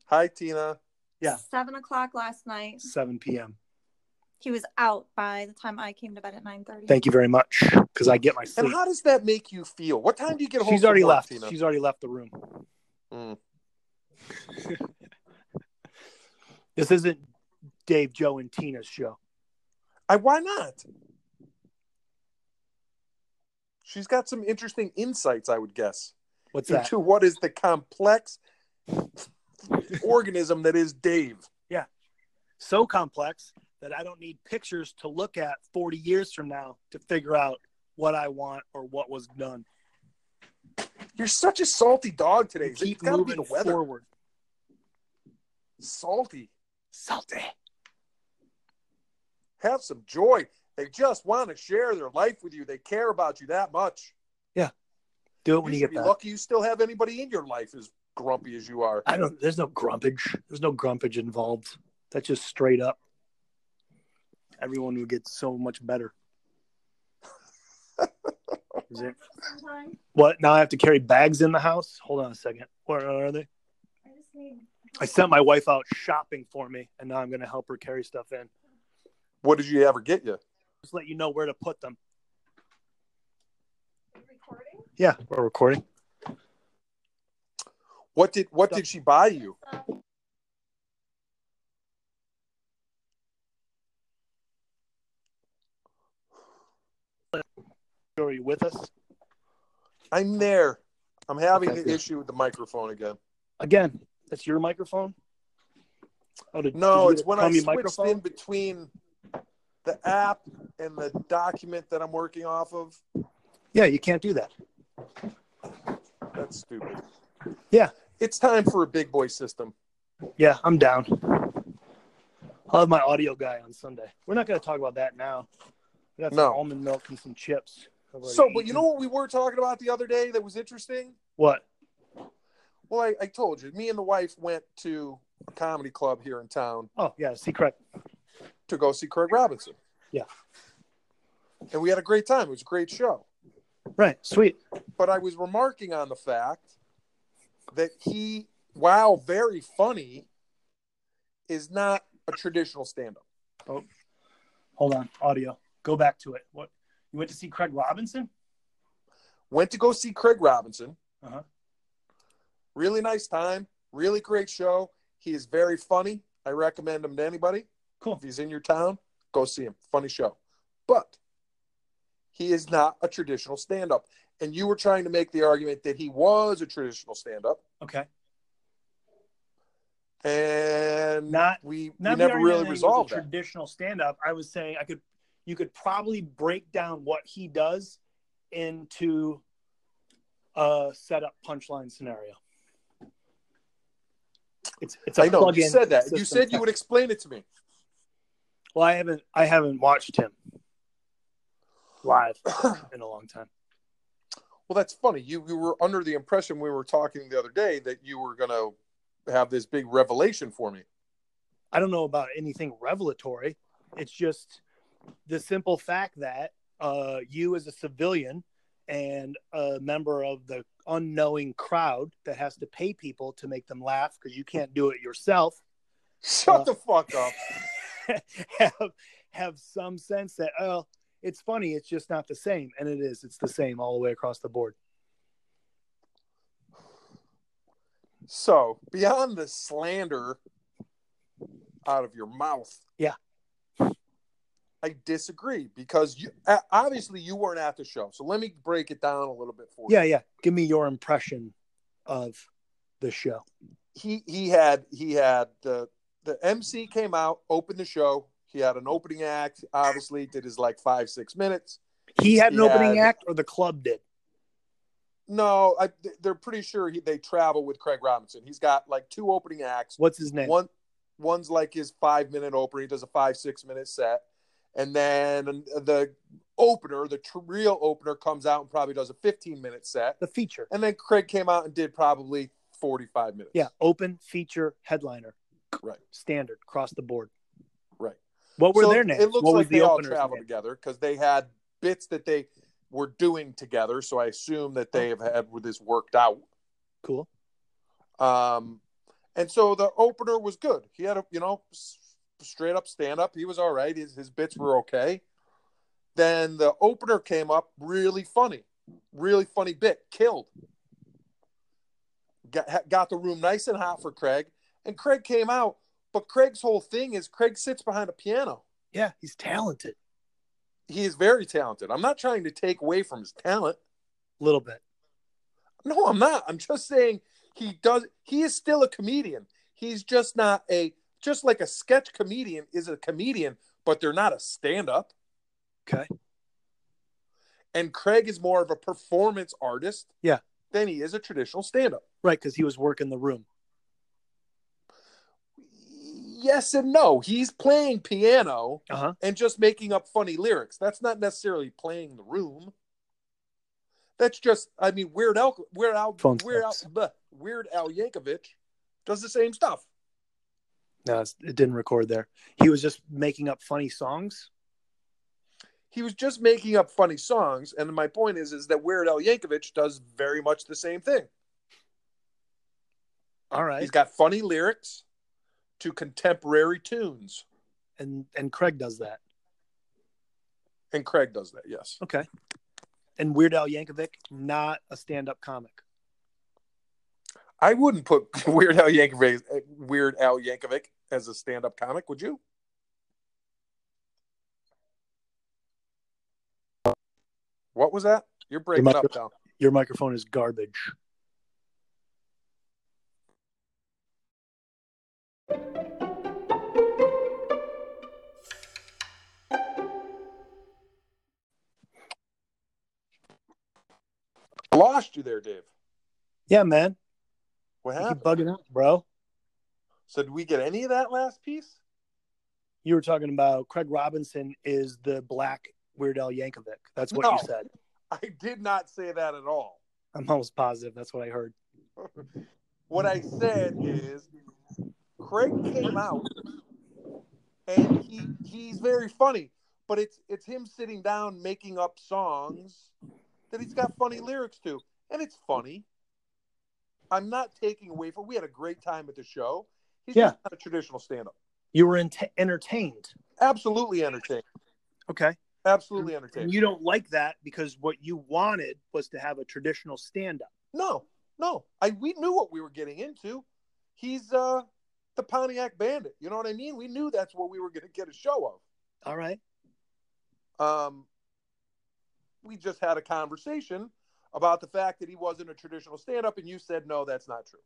Hi, Tina. Yeah. Seven o'clock last night. 7 p.m. He was out by the time I came to bed at nine thirty. Thank you very much because I get my And sleep. how does that make you feel? What time do you get home? She's from already work, left. Tina? She's already left the room. Hmm. Mm. [LAUGHS] This isn't Dave, Joe, and Tina's show. I, why not? She's got some interesting insights, I would guess, What's that? into what is the complex organism that is Dave. So complex that I don't need pictures to look at 40 years from now to figure out what I want or what was done. You're such a salty dog today. Keep it's got to be moving the weather. forward. Salty. Salty. Have some joy. They just want to share their life with you. They care about you that much. Do it You when you, should get be back. lucky you still have anybody in your life as grumpy as you are. I don't. There's no grumpage. There's no grumpage involved. That's just straight up. Everyone would get so much better. Is it- Sometime. What? Now I have to carry bags in the house. Hold on a second. Where are they? I just need. I sent my wife out shopping for me, and now I'm going to help her carry stuff in. What did you ever get you? Just let you know where to put them. Recording. Yeah, we're recording. What did what did she buy you? Um, Are you with us I'm there. I'm having Okay, an good. issue with the microphone again. again? That's your microphone. Oh, did, No, did you it's when I call me switched in between the app and the document that I'm working off of. Yeah, you can't do that. That's stupid. Yeah. It's time for a big boy system. Yeah, I'm down. I'll have my audio guy on Sunday. We're not going to talk about that now. We got some No. almond milk and some chips. I've already So, but you eaten. know what we were talking about the other day that was interesting? what? Well, I, I told you, me and the wife went to a comedy club here in town Oh yeah, see correct. to go see Craig Robinson. Yeah. And we had a great time. It was a great show. Right, sweet. But I was remarking on the fact that he, while very funny, is not a traditional stand up. Hold on, audio. Go back to it. What? You went to see Craig Robinson? Went to go see Craig Robinson. Uh-huh. Really nice time. Really great show. He is very funny. I recommend him to anybody. Cool. If he's in your town, go see him. Funny show. But he is not a traditional stand up. And you were trying to make the argument that he was a traditional stand up. Okay. And Not- we, we Not the never argument really that he was resolved a that. traditional stand-up. I was saying I could, you could probably break down what he does into a setup punchline scenario. It's it's a I know. plug-in. You said that. You system. said you would explain it to me. Well, I haven't I haven't watched him live [LAUGHS] in a long time. Well, that's funny. You you were under the impression we were talking the other day that you were going to have this big revelation for me. I don't know about anything revelatory. It's just the simple fact that uh, you, as a civilian and a member of the unknowing crowd that has to pay people to make them laugh because you can't do it yourself, [LAUGHS] Shut Uh, the fuck up. have have some sense that oh, it's funny. It's just not the same, and it is. It's the same all the way across the board. So, beyond the slander out of your mouth, Yeah. I disagree because you uh, obviously you weren't at the show. So let me break it down a little bit for you. Yeah, yeah. Give me your impression of the show. he he had he had the the MC came out, opened the show. He had an opening act. Obviously, did his like five six minutes. He had an opening Yeah. act, or the club did. No, I, they're pretty sure he, they travel with Craig Robinson. He's got like two opening acts. What's his name? One one's like his five minute opener. He does a five six minute set, and then the opener, the tr- real opener, comes out and probably does a fifteen minute set. the feature. And then Craig came out and did probably 45 minutes. Yeah, open feature headliner. Right. Standard across the board. Right. What were So their names? It looks what was like they all opener's travel name? together because they had bits that they were doing together. So I assume that they Oh. have had with this worked out. Cool. Um, and so the opener was good. He had a you know s- straight up stand up. He was all right. His his bits were okay. Then the opener came up really funny, really funny bit. Killed. Got ha- got the room nice and hot for Craig, and Craig came out. But Craig's whole thing is Craig sits behind a piano. Yeah, he's talented. He is very talented. I'm not trying to take away from his talent. A little bit. No, I'm not. I'm just saying he does. He is still a comedian. He's just not a just like a sketch comedian is a comedian, but they're not a stand up. Okay. And Craig is more of a performance artist. Yeah. Than he is a traditional stand up. Right, because he was working the room. Yes and no. He's playing piano Uh-huh. and just making up funny lyrics. That's not necessarily playing the room. That's just, I mean, Weird Al, Weird Al, Phone Weird Al, sex. bleh, Weird Al Yankovic does the same stuff. No, it's- it didn't record there. He was just making up funny songs. he was just making up funny songs. And my point is, is that Weird Al Yankovic does very much the same thing. All right. He's got funny lyrics to contemporary tunes, and and Craig does that. and Craig does that. Yes, Okay. And Weird Al Yankovic, not a stand-up comic. I wouldn't put [LAUGHS] Weird Al Yankovic, uh, Weird Al Yankovic, as a stand-up comic. Would you? What was that? You're breaking might- up now. Your microphone is garbage. I lost you there, Dave. Yeah, man. What You keep happened? bugging out, bro. So did we get any of that last piece? [LAUGHS] You were talking about Craig Robinson is the black Weird Al Yankovic. That's what you No. said. I did not say that at all. I'm almost positive that's what I heard. what I said is Craig came out and he he's very funny, but it's it's him sitting down making up songs that he's got funny lyrics to, and it's funny. I'm not taking away from. We had a great time at the show. He's Yeah. just not a traditional stand-up. You were ent- entertained. Absolutely entertaining. Okay. Absolutely And entertaining. you don't like that because what you wanted was to have a traditional stand up. No, no. I we knew what we were getting into. He's uh the Pontiac Bandit. You know what I mean? We knew that's what we were going to get a show of. All right. um, we just had a conversation about the fact that he wasn't a traditional stand-up and you said no that's not true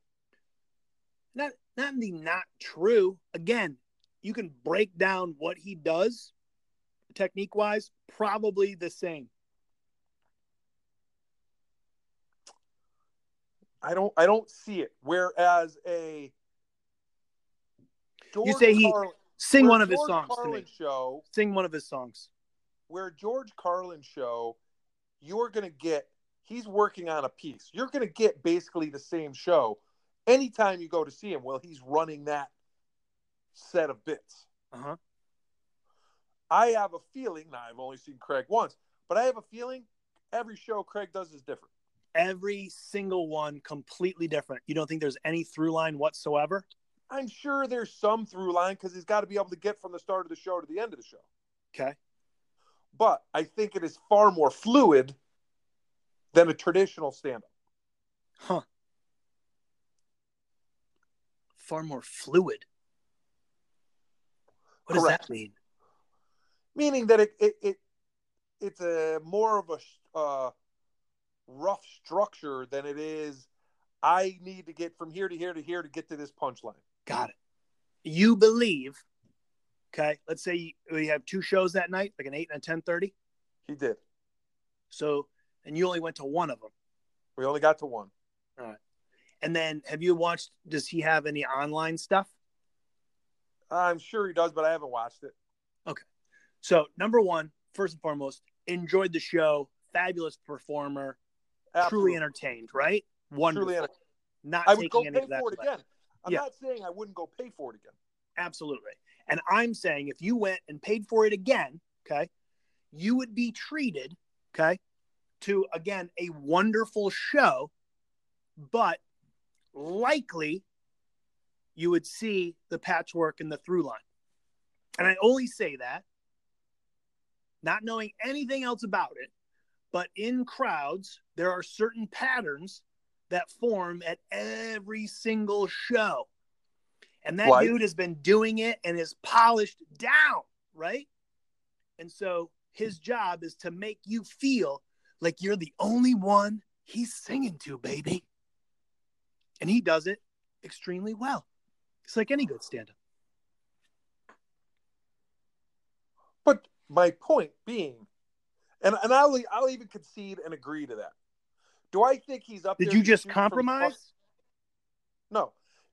Not not in the not true. Again, you can break down what he does technique wise, probably the same. i don't i don't see it whereas a george say he- Carlin- Sing where one of his George songs to carlin me. show Sing one of his songs. where george carlin show you're gonna get he's working on a piece you're gonna get basically the same show anytime you go to see him well he's running that set of bits Uh-huh. I have a feeling. Now I've only seen Craig once, but I have a feeling every show Craig does is different. Every single one completely different. You don't think there's any through line whatsoever? I'm sure there's some through line because he's got to be able to get from the start of the show to the end of the show. Okay. But I think it is far more fluid than a traditional stand-up. Huh. Far more fluid. What does Correct. that mean? meaning that it it, it it's a more of a uh, rough structure than it is. I need to get from here to here to here to get to this punchline. Got it. You believe. Okay. Let's say we have two shows that night, like an eight and a ten thirty. He did. So, and you only went to one of them. We only got to one. And then, have you watched? Does he have any online stuff? I'm sure he does, but I haven't watched it. So, number one, first and foremost, enjoyed the show. Fabulous performer. Absolutely. Truly entertained. Right. Wonderful. Truly entertained. not I taking would go any pay of that. for it play. again. I'm Yeah. not saying I wouldn't go pay for it again. Absolutely. And I'm saying if you went and paid for it again, okay, you would be treated, okay, to again a wonderful show, but likely you would see the patchwork and the through line. And I only say that not knowing anything else about it, but in crowds, there are certain patterns that form at every single show. And that Like? dude has been doing it and is polished down, right? And so his job is to make you feel like you're the only one he's singing to, baby. And he does it extremely well. It's like any good stand up. But my point being, and, and I'll, e- I'll even concede and agree to that. Do I think he's up Did there you just shooting from the front- compromise? No.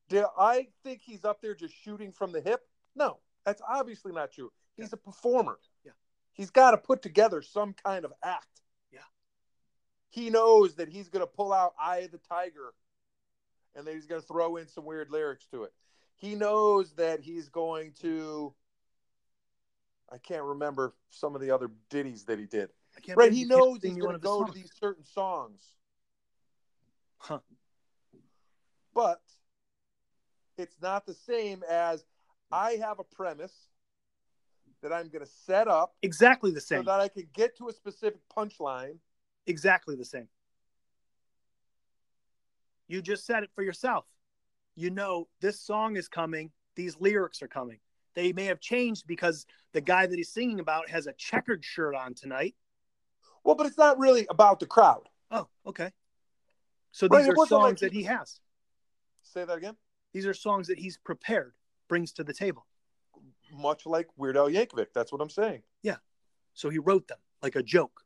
Do I think he's up there just shooting from the hip? No, that's obviously not true. He's a performer. Yeah. He's got to put together some kind of act. Yeah. He knows that he's going to pull out Eye of the Tiger and that he's going to throw in some weird lyrics to it. He knows that he's going to, I can't remember some of the other ditties that he did. I can't Right. believe He you can't knows sing he's me going one to of his go to songs. these certain songs. Huh. But it's not the same as I have a premise that I'm going to set up Exactly the so same. that I can get to a specific punchline. exactly the same. You just said it for yourself. You know, this song is coming, these lyrics are coming. They may have changed because the guy that he's singing about has a checkered shirt on tonight. Well, but it's not really about the crowd. Oh, okay. So Right, these it are wasn't like songs that he- he has. Say that again. These are songs that he's prepared, brings to the table. Much like Weird Al Yankovic. That's what I'm saying. So he wrote them like a joke.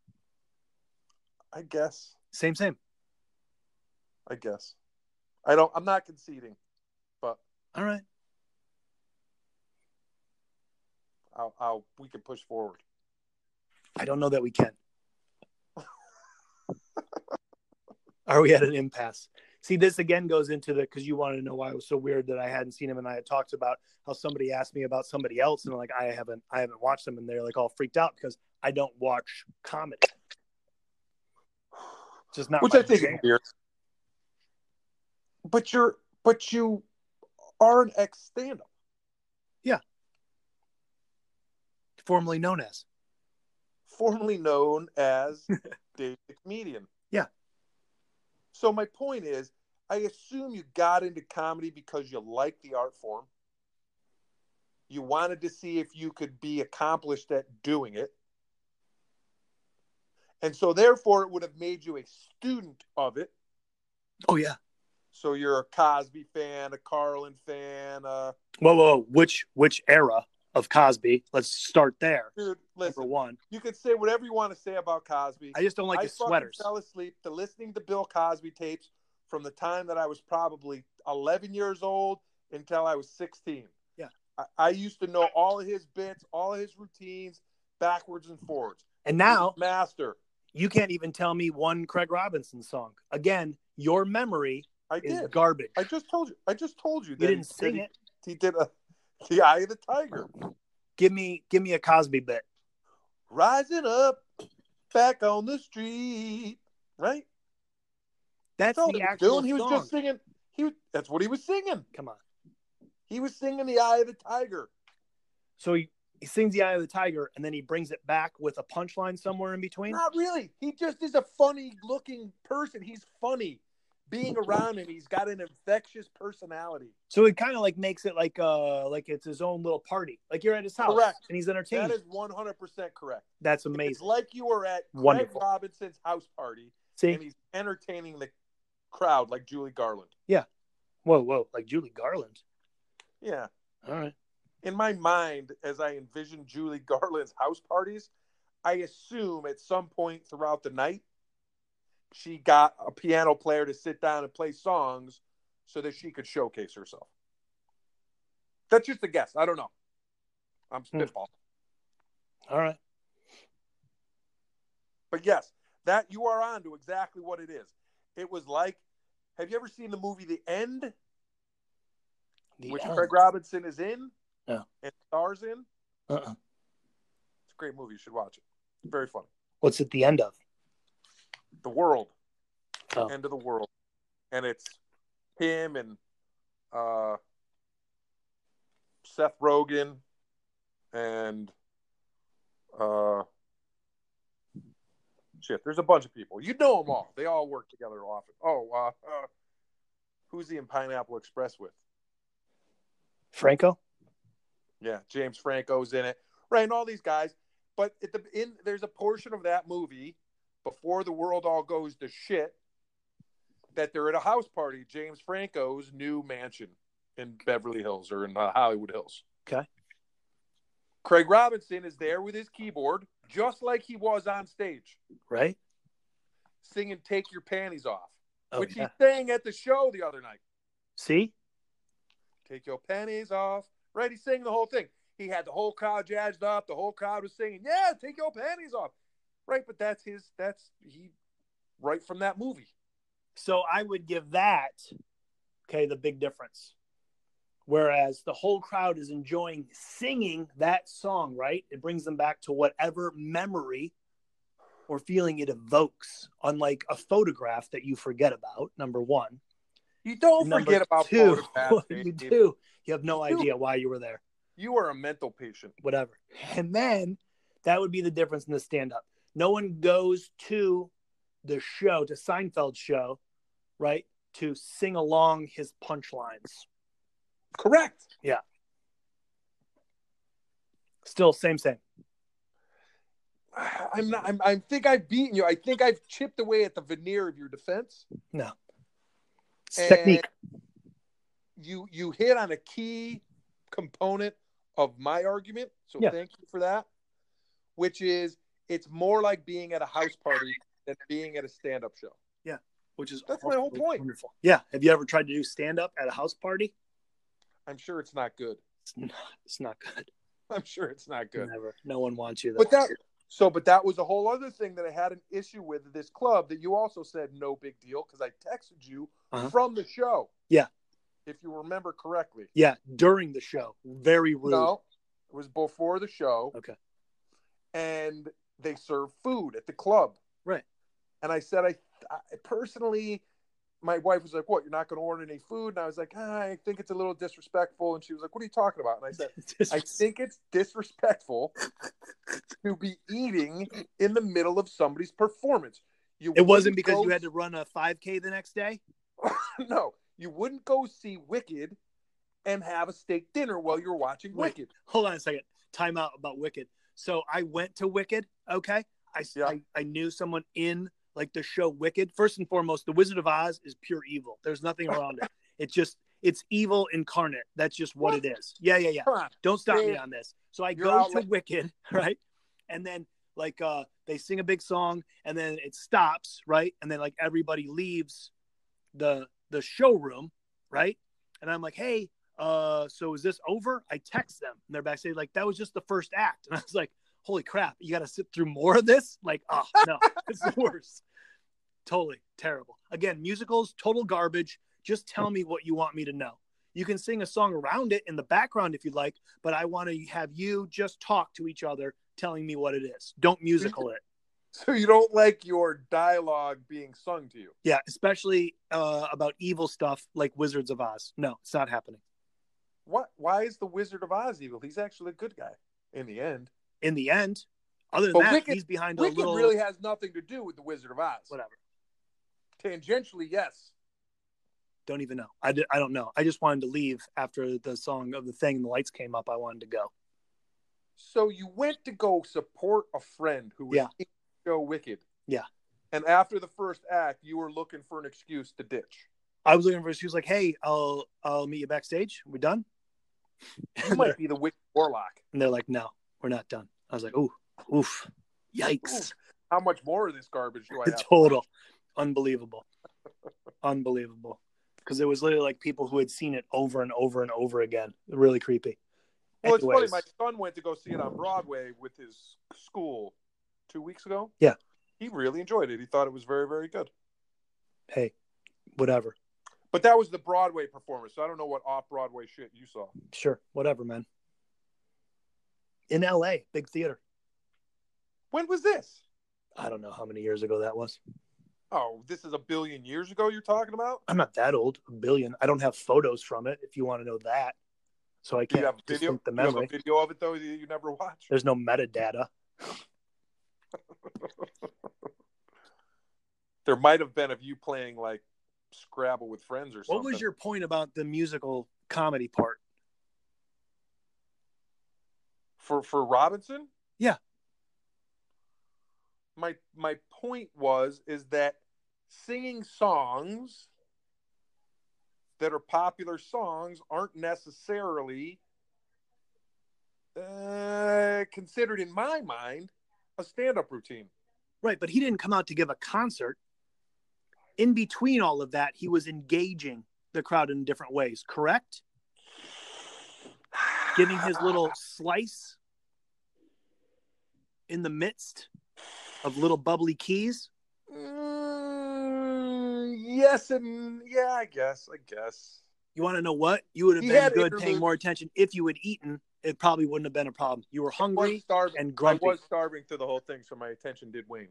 I guess. Same, same. I guess. I don't. I'm not conceding. All right. I'll, I'll we can push forward. I don't know that we can. [LAUGHS] Are we at an impasse? See, this again goes into the because you wanted to know why it was so weird that I hadn't seen him, and I had talked about how somebody asked me about somebody else, and like I haven't, I haven't watched them, and they're like all freaked out because I don't watch comedy. It's Just not which my I think is jam. weird. But you're but you are an ex stand-up. formerly known as. formerly known [LAUGHS] as Dave the Comedian. Yeah. So my point is, I assume you got into comedy because you like the art form. You wanted to see if you could be accomplished at doing it. And so therefore it would have made you a student of it. Oh yeah. So you're a Cosby fan, a Carlin fan, uh Whoa, whoa, whoa. Which which era of Cosby? Let's start there. dude, Number listen, one. you can say whatever you want to say about Cosby. I just don't like I his fucking sweaters. fell asleep to listening to Bill Cosby tapes from the time that I was probably 11 years old until I was 16. Yeah. I, I used to know all of his bits, all of his routines, backwards and forwards. And now He's master, you can't even tell me one Craig Robinson song. Again, your memory I is did. garbage. I just told you. I just told you. you that didn't he- sing that it. he, He did a, [LAUGHS] the Eye of the Tiger, Give me, give me a Cosby bit. rising up, back on the street. Right. That's all the he was actual doing. He was song. just singing. He was, that's what he was singing. Come on. He was singing the Eye of the Tiger. So he, he sings the Eye of the Tiger, and then he brings it back with a punchline somewhere in between. Not really. He just is a funny looking person. He's funny. Being around him, he's got an infectious personality. So it kind of like makes it like uh like it's his own little party. Like you're at his house, Correct. and he's entertaining. That is 100% correct. That's It's amazing. like you were at Craig Wonderful. Robinson's house party See, and he's entertaining the crowd like Julie Garland. whoa, whoa, like Julie Garland. Yeah. All right. In my mind, as I envision Julie Garland's house parties, I assume at some point throughout the night, she got a piano player to sit down and play songs so that she could showcase herself. That's just a guess. I don't know. I'm Hmm. spitballing. All right. But yes, that you are on to exactly what it is. It was like, Have you ever seen the movie The End, The which end. Craig Robinson is in? No. And stars in? Uh-uh. It's a great movie. You should watch it. It's very funny. What's at the end of? The World. Oh. End of the World. And it's him and uh, Seth Rogen and uh, shit, there's a bunch of people. You know them all. They all work together often. Oh, uh, uh, who's he in Pineapple Express with? Franco? Yeah, James Franco's in it, right? And all these guys. But at the in there's a portion of that movie before the world all goes to shit that they're at a house party, James Franco's new mansion in Beverly Hills or in uh, Hollywood Hills. Okay. Craig Robinson is there with his keyboard, just like he was on stage, Right? singing "Take Your Panties Off," Oh, which yeah. he sang at the show the other night. See? take your panties off. Right? He sang the whole thing. He had the whole crowd jazzed up. The whole crowd was singing, "Yeah, take your panties off." Right? But that's his. That's he. Right from that movie. So I would give that, okay, the big difference. Whereas the whole crowd is enjoying singing that song, right? It brings them back to whatever memory or feeling it evokes, unlike a photograph that you forget about, number one. You don't Number forget about two, [LAUGHS] photographs. what Dave. you do. You have no You do. idea why you were there. You are a mental patient. whatever. And then that would be the difference in the stand up. No one goes to the show, to Seinfeld's show, right, to sing along his punchlines. Correct. Still, same, same. [SIGHS] I'm not. I'm, I think I've beaten you. I think I've chipped away at the veneer of your defense. It's technique. You you hit on a key component of my argument. So Yeah. thank you for that. Which is it's more like being at a house party than being at a stand up show. Which is That's my whole also point. Wonderful. Yeah. Have you ever tried to do stand up at a house party? I'm sure it's not good. [LAUGHS] It's not, it's not good. I'm sure it's not good. Never. No one wants you there. But that so but that was a whole other thing that I had an issue with at this club that you also said no big deal because I texted you Uh-huh. from the show. Yeah. If you remember correctly. yeah, during the show. Very rude. [LAUGHS] No, it was before the show. Okay. And they serve food at the club. Right. And I said, I, I personally, my wife was like, "What? You're not going to order any food?" And I was like, ah, "I think it's a little disrespectful." And she was like, "What are you talking about?" And I said, "I think it's disrespectful to be eating in the middle of somebody's performance." You it wouldn't wasn't because go- you had to run a 5K the next day? [LAUGHS] no, you wouldn't go see Wicked and have a steak dinner while you're watching Wait. Wicked. hold on a second. Time out about Wicked. So I went to Wicked. Okay. I, Yeah. I, I knew someone in like the show Wicked. First and foremost, The Wizard of Oz is pure evil. There's nothing around it. It's just, it's evil incarnate. That's just what, it is. Yeah. Yeah. Yeah. Come on, Don't stop me Man, on this. So I you're go out to late. Wicked, [LAUGHS] right? And then like uh they sing a big song and then it stops, right? And then like everybody leaves the the showroom, right? And I'm like, hey, uh, so is this over? I text them and they're backstage like that was just the first act. [LAUGHS] And I was like, holy crap, you gotta sit through more of this? Like, oh no, it's the worst. Totally terrible. Again, musicals, total garbage. Just tell me what you want me to know. You can sing a song around it in the background if you like, but I want to have you just talk to each other telling me what it is. Don't musical it. So you don't like your dialogue being sung to you. Yeah, especially uh, about evil stuff like Wizards of Oz. No, it's not happening. What? Why is the Wizard of Oz evil? He's actually a good guy in the end. In the end, other than But that, Wicked- he's behind a Wicked little really has nothing to do with the Wizard of Oz. whatever. Tangentially, yes. Don't even know. I, di- I don't know. I just wanted to leave after the song of the thing and the lights came up. I wanted to go. So you went to go support a friend who was Yeah. in the show Wicked. Yeah. And after the first act, you were looking for an excuse to ditch. I was looking for. She was like, "Hey, I'll I'll meet you backstage. We're done." [LAUGHS] You might be the Wicked Warlock. And they're like, no, we're not done. I was like, ooh, oof, yikes. How much more of this garbage do I have? Total. Unbelievable. Unbelievable. Because it was literally like people who had seen it over and over and over again. Really creepy. Well, it's Anyways, funny. My son went to go see it on Broadway with his school two weeks ago. Yeah. He really enjoyed it. He thought it was very, very good. hey, whatever. But that was the Broadway performance. So I don't know what off Broadway shit you saw. Sure, whatever, man. In L.A., big theater. When was this? I don't know how many years ago that was. Oh, this is a billion years ago you're talking about? I'm not that old, a billion. I don't have photos from it. If you want to know that, so I Do you can't have a just video? think the Do you have a memory. video of it though that you never watched? There's no metadata. There might have been of you playing like Scrabble with friends or something. What was your point about the musical comedy part? for for Robinson? Yeah. My my point was is that singing songs that are popular songs aren't necessarily uh, considered in my mind a stand-up routine. Right, but he didn't come out to give a concert. In between all of that, he was engaging the crowd in different ways, correct? Giving his little slice in the midst of little bubbly keys. [SIGHS] Mm, yes and yeah, I guess. I guess. You want to know what? You would have He been had good interludes. paying more attention if you had eaten. It probably wouldn't have been a problem. You were was hungry starving. and I grumpy. was starving through the whole thing, so my attention did wane.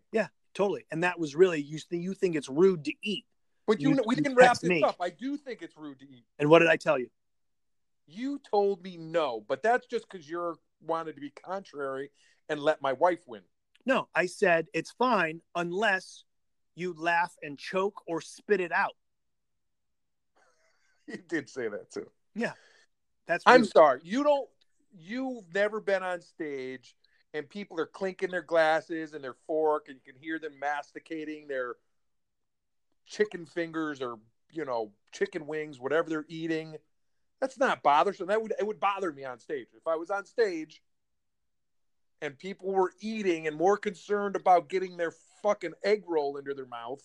Totally. And that was really, you, you think it's rude to eat. But you, You- know, we you didn't wrap text this me. up. I do think it's rude to eat. And what did I tell you? You told me no, but that's just because you're wanted to be contrary and let my wife win. No, I said it's fine unless you laugh and choke or spit it out. [LAUGHS] You did say that too. That's I'm rude. sorry. You don't. You've never been on stage and people are clinking their glasses and their fork, and you can hear them masticating their chicken fingers or you know chicken wings, whatever they're eating. That's not bothersome. That would it would bother me on stage if I was on stage and people were eating and more concerned about getting their fucking egg roll into their mouth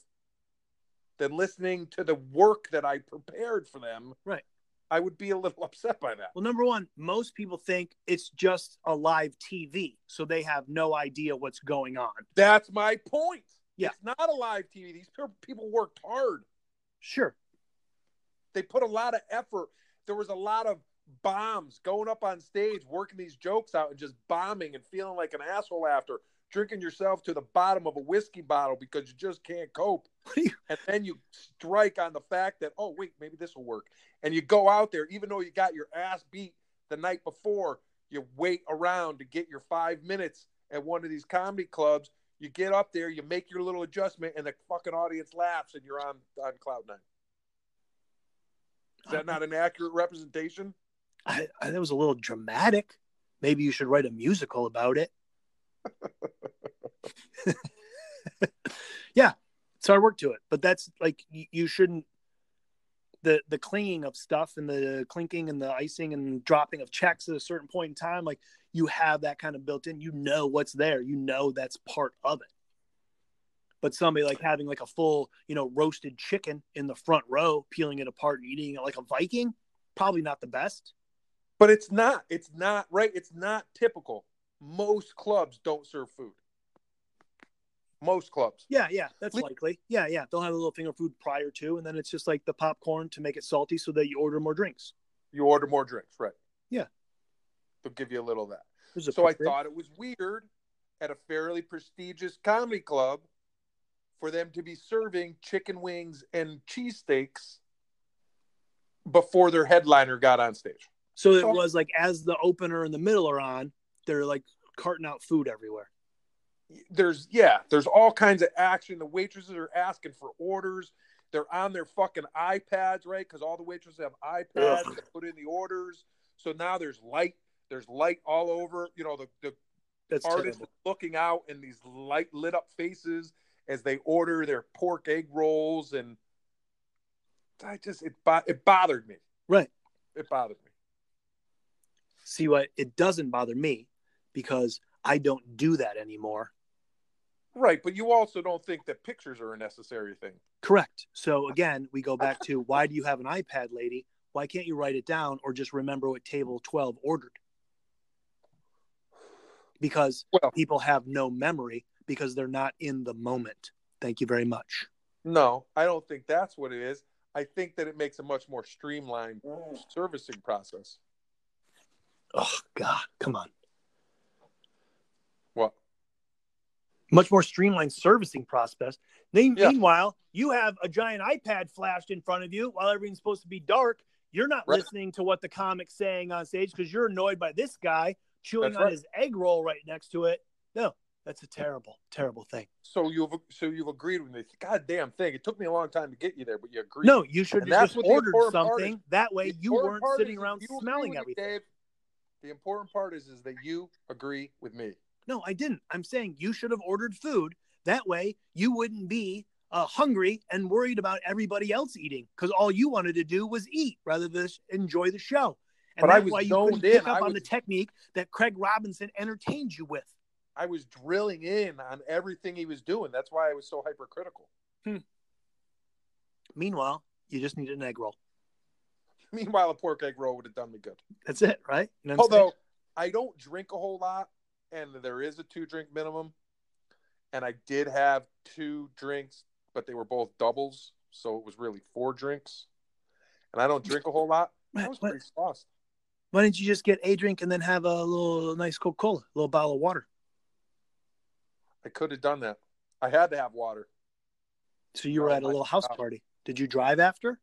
than listening to the work that I prepared for them. Right. I would be a little [LAUGHS] upset by that. Well, number one, most people think it's just a live TV, so they have no idea what's going on. That's my point. Yeah. It's not a live TV. These pe- people worked hard. Sure. They put a lot of effort. There was a lot of bombs going up on stage, working these jokes out and just bombing and feeling like an asshole after drinking yourself to the bottom of a whiskey bottle because you just can't cope. [LAUGHS] What are you- [LAUGHS] and then you strike on the fact that, oh, wait, maybe this will work. And you go out there, even though you got your ass beat the night before, you wait around to get your five minutes at one of these comedy clubs. You get up there, you make your little adjustment, and the fucking audience laughs, and you're on, on cloud nine. Is that not an accurate representation? I, I, that was a little dramatic. Maybe you should write a musical about it. [LAUGHS] yeah, it's hard work to it, but that's like you, you shouldn't. The the clinging of stuff and the clinking and the icing and dropping of checks at a certain point in time, like you have that kind of built in. You know what's there. You know that's part of it. But somebody like having like a full, you know, roasted chicken in the front row, peeling it apart and eating it like a Viking, probably not the best. But it's not. It's not right. It's not typical. Most clubs don't serve food. Most clubs. Yeah, yeah, that's Le- likely. Yeah, yeah, they'll have a little finger food prior to, and then it's just like the popcorn to make it salty, so that you order more drinks. You order more drinks, right? Yeah. They'll give you a little of that. This is So I appropriate. thought it was weird at a fairly prestigious comedy club for them to be serving chicken wings and cheesesteaks before their headliner got on stage. so. It was like as the opener and the middle are on, they're like carting out food everywhere. there's yeah, there's all kinds of action. The waitresses are asking for orders. They're on their fucking iPads, right? Because all the waitresses have iPads Ugh. to put in the orders. So now there's light. There's light all over. You know, the, the That's artists terrible. are looking out in these light lit up faces as they order their pork egg rolls, and I just it bo- it bothered me. Right. It bothered me. See what? It doesn't bother me because I don't do that anymore. Right, but you also don't think that pictures are a necessary thing. Correct. So again, we go back to why do you have an iPad, lady? Why can't you write it down or just remember what table 12 ordered? Because Well- people have no memory because they're not in the moment. Thank you very much. No, I don't think that's what it is. I think that it makes a much more streamlined servicing process. Oh God, come on. What? Much more streamlined servicing process. Then- Yeah. Meanwhile, you have a giant iPad flashed in front of you while everything's supposed to be dark. You're not Right. listening to what the comic's saying on stage because you're annoyed by this guy chewing That's on right. his egg roll right next to it. No, that's a terrible, terrible thing. So you've so you've agreed with this goddamn thing. It took me a long time to get you there, but you agreed. No, you should And have that's just what the ordered important part something. That way The you important weren't part smelling is around you agree with smelling me, everything. Dave. The important part is is that you agree with me. No, I didn't. I'm saying you should have ordered food. That way, you wouldn't be uh, hungry and worried about everybody else eating because all you wanted to do was eat rather than just enjoy the show. And But I that's was why you zoned couldn't in. pick up I on the was- technique that Craig Robinson entertained you with. I was drilling in on everything he was doing. That's why I was so hypercritical. [LAUGHS] Meanwhile, you just need an egg roll. Meanwhile, a pork egg roll would have done me good. That's it, right? You know what I'm saying? Although I don't drink a whole lot, and there is a two drink minimum, and I did have two drinks, but they were both doubles, so it was really four drinks. And I don't drink a whole lot. I was why, pretty sauced. why didn't you just get a drink and then have a little nice Coca Cola, a little bottle of water? I could have done that. I had to have water. So you were Oh at a my little house God. party. Did you drive after?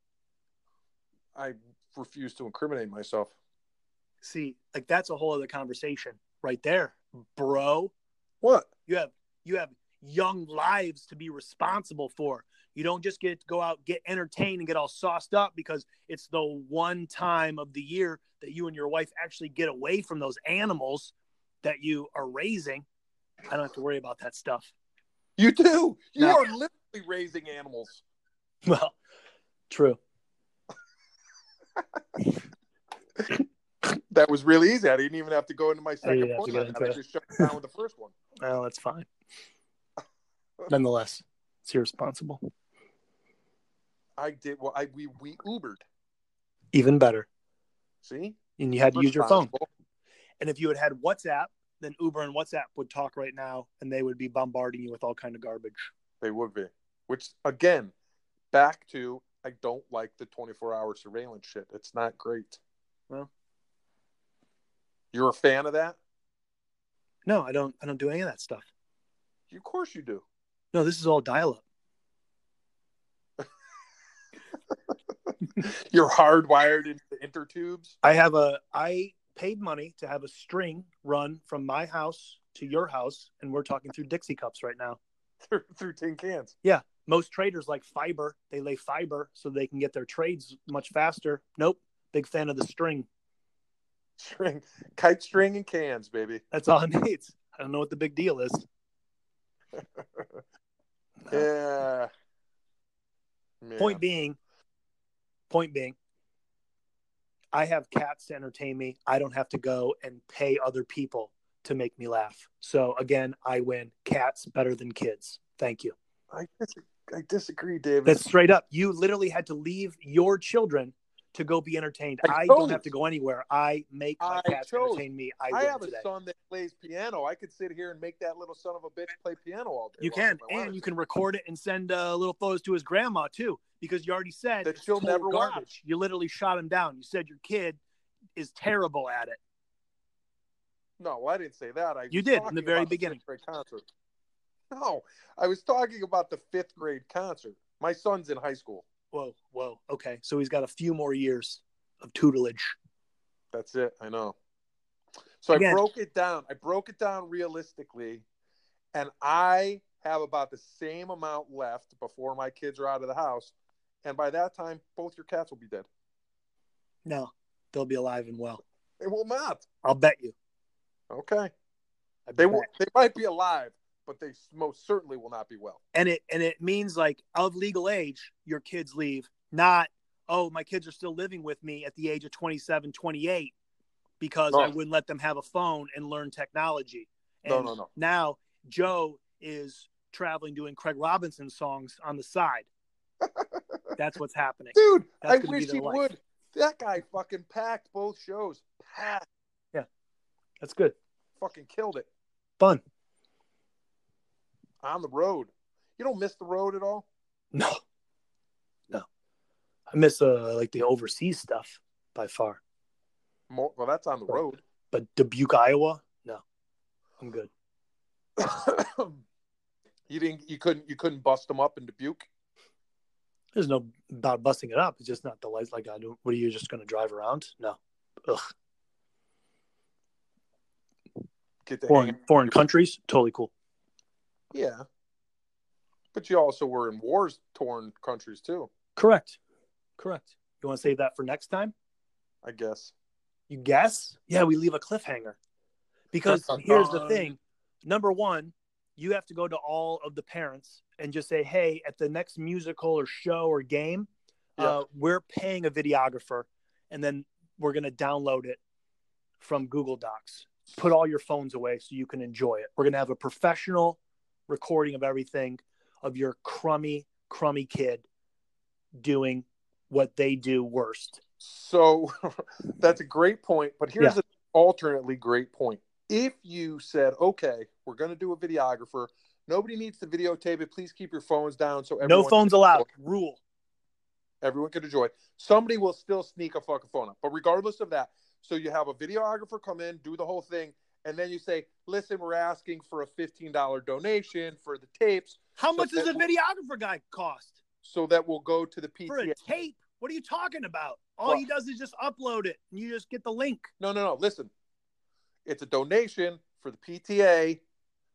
I refused to incriminate myself. See, like that's a whole other conversation right there, bro. What? You have you have young lives to be responsible for. You don't just get to go out, get entertained, and get all sauced up because it's the one time of the year that you and your wife actually get away from those animals that you are raising. I don't have to worry about that stuff. [LAUGHS] You do. You No. are literally raising animals. Well, true. That was really easy. I didn't even have to go into my Oh, didn't second have to point. get on into that. I it. just [LAUGHS] shut it down with the first one. Well, that's fine. Nonetheless, it's irresponsible. I did. Well, I we we Ubered. Even better. See, And you had to use your phone. Responsible. And if you had had WhatsApp, then Uber and WhatsApp would talk right now, and they would be bombarding you with all kind of garbage. They would be. Which again, back to I don't like the twenty four hour surveillance shit. It's not great. Well. you're a fan of that. No, I don't. I don't do any of that stuff. Of course you [LAUGHS] do. No, this is all dial up. You're hardwired into the intertubes. I have a. I paid money to have a string run from my house to your house, and we're talking through Dixie cups right now. [LAUGHS] through, through tin cans. Most traders like fiber. They lay fiber so they can get their trades much faster. Nope. Big fan of the string. String, kite string, and cans, baby. That's all it [LAUGHS] needs. I don't know what the big deal is. Yeah. Man. Point being, point being, I have cats to entertain me. I don't have to go and pay other people to make me laugh. So again, I win. Cats better than kids. Thank you. I, dis- I disagree, David. That's straight up. You literally had to leave your children to go be entertained. I I, don't chose. have to go anywhere. I make my I cats chose. entertain me. I, I win have a today. son that plays piano. I could sit here and make that little son of a bitch play piano all day. You long can, if I wanted and you to. can record it and send uh, little photos to his grandma too, because you already said That she'll it's never total watch. You literally shot him down. You said your kid is terrible at it. No, I didn't say that. I You was did in talking the very about beginning. fifth grade concert. No, I was talking about the fifth grade concert. My son's in high school. Whoa, whoa. Okay, so he's got a few more years of tutelage. That's it. I know. So I Again. broke it down. I broke it down realistically, and I have about the same amount left before my kids are out of the house. And by that time, both your cats will be dead. No, they'll be alive and well. They will not. I'll bet you. Okay. I They bet. will, they might be alive, but they most certainly will not be well. And it and it means like of legal age, your kids leave. Not oh, my kids are still living with me at the age of 27, 28 because No. I wouldn't let them have a phone and learn technology. And No, no, no. Now Joe is traveling doing Craig Robinson songs on [LAUGHS] the side. That's what's happening. Dude, That's I gonna be wish their he life. would. That guy fucking packed both shows. Packed. That's good. Fucking killed it Fun. on the road. You don't miss the road at all. No, no. I miss uh like the overseas stuff by far. More, well, that's on the road. [COUGHS] But Dubuque, Iowa, no, I'm good. you didn't. You couldn't. You couldn't bust them up in Dubuque. There's no about busting it up. It's just not the lights. Like I don't. What are you just going to drive around? No, Get the foreign hang- foreign countries, totally cool. Yeah. But you also were in wars torn countries too, Correct, correct. You want to save that for next time? I guess. You guess? Yeah, we leave a cliffhanger. Because Dun, dun, here's the dun. thing. Number one, you have to go to all of the parents and just say, hey, at the next musical or show or game, uh, we're paying a videographer and then we're going to download it from Google Docs. Put all your phones away so you can enjoy it. We're going to have a professional recording of everything of your crummy, crummy kid doing what they do worst. So [LAUGHS] that's a great point. But here's Yeah. an alternately great point. If you said, okay, we're going to do a videographer, nobody needs to videotape it. Please keep your phones down so everyone, no phones allowed. Rule. everyone can enjoy. it. Somebody will still sneak a fucking phone up. But regardless of that, so you have a videographer come in, do the whole thing, and then you say, listen, we're asking for a $15 donation for the tapes How So much does a that- videographer guy cost so that we'll go to the PTA. for a tape? What are you talking about? All Well- he does is just upload it, and you just get the link. No, no, no. Listen, it's a donation for the PTA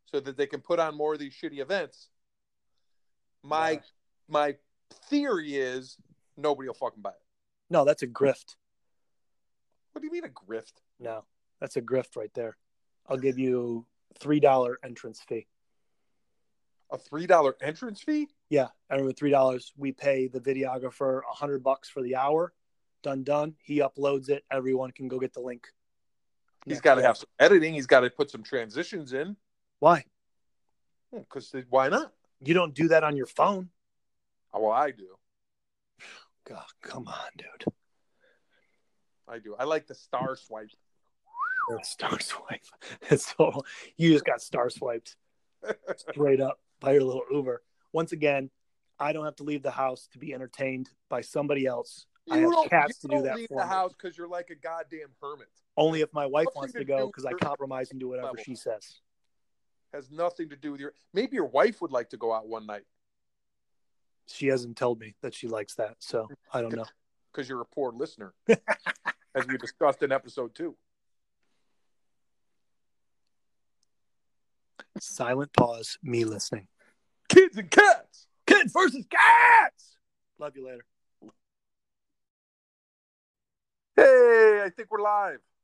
so that they can put on more of these shitty events. My Yeah. my theory is nobody will fucking buy it. No, that's a grift. What do you mean a grift? No, that's a grift right there. I'll give you three dollar entrance fee. A three dollar entrance fee? Yeah, I remember three dollars. We pay the videographer a hundred bucks for the hour. Done, done. He uploads it. Everyone can go get the link. He's Next got to day. have some editing. He's got to put some transitions in. Why? Because why not? You don't do that on your phone. Oh, Well, I do. God, come on, dude. I do. I like the star Mm. swipe. That's [LAUGHS] Star swipe. It's so you just got star swiped. straight up by your little Uber. Once again, I don't have to leave the house to be entertained by somebody else. I have cats to do that leave for the me. house because you're like a goddamn hermit. Only if my wife What you wants to gonna go do because I for- compromise and do whatever level? she says. Has nothing to do with your. Maybe your wife would like to go out one night She hasn't told me that she likes that, so I don't know. [LAUGHS] because you're a poor [LAUGHS] listener, as we discussed in episode two. Silent pause. Me listening. Kids and cats. Kids versus cats. Love you later. Hey, I think we're live.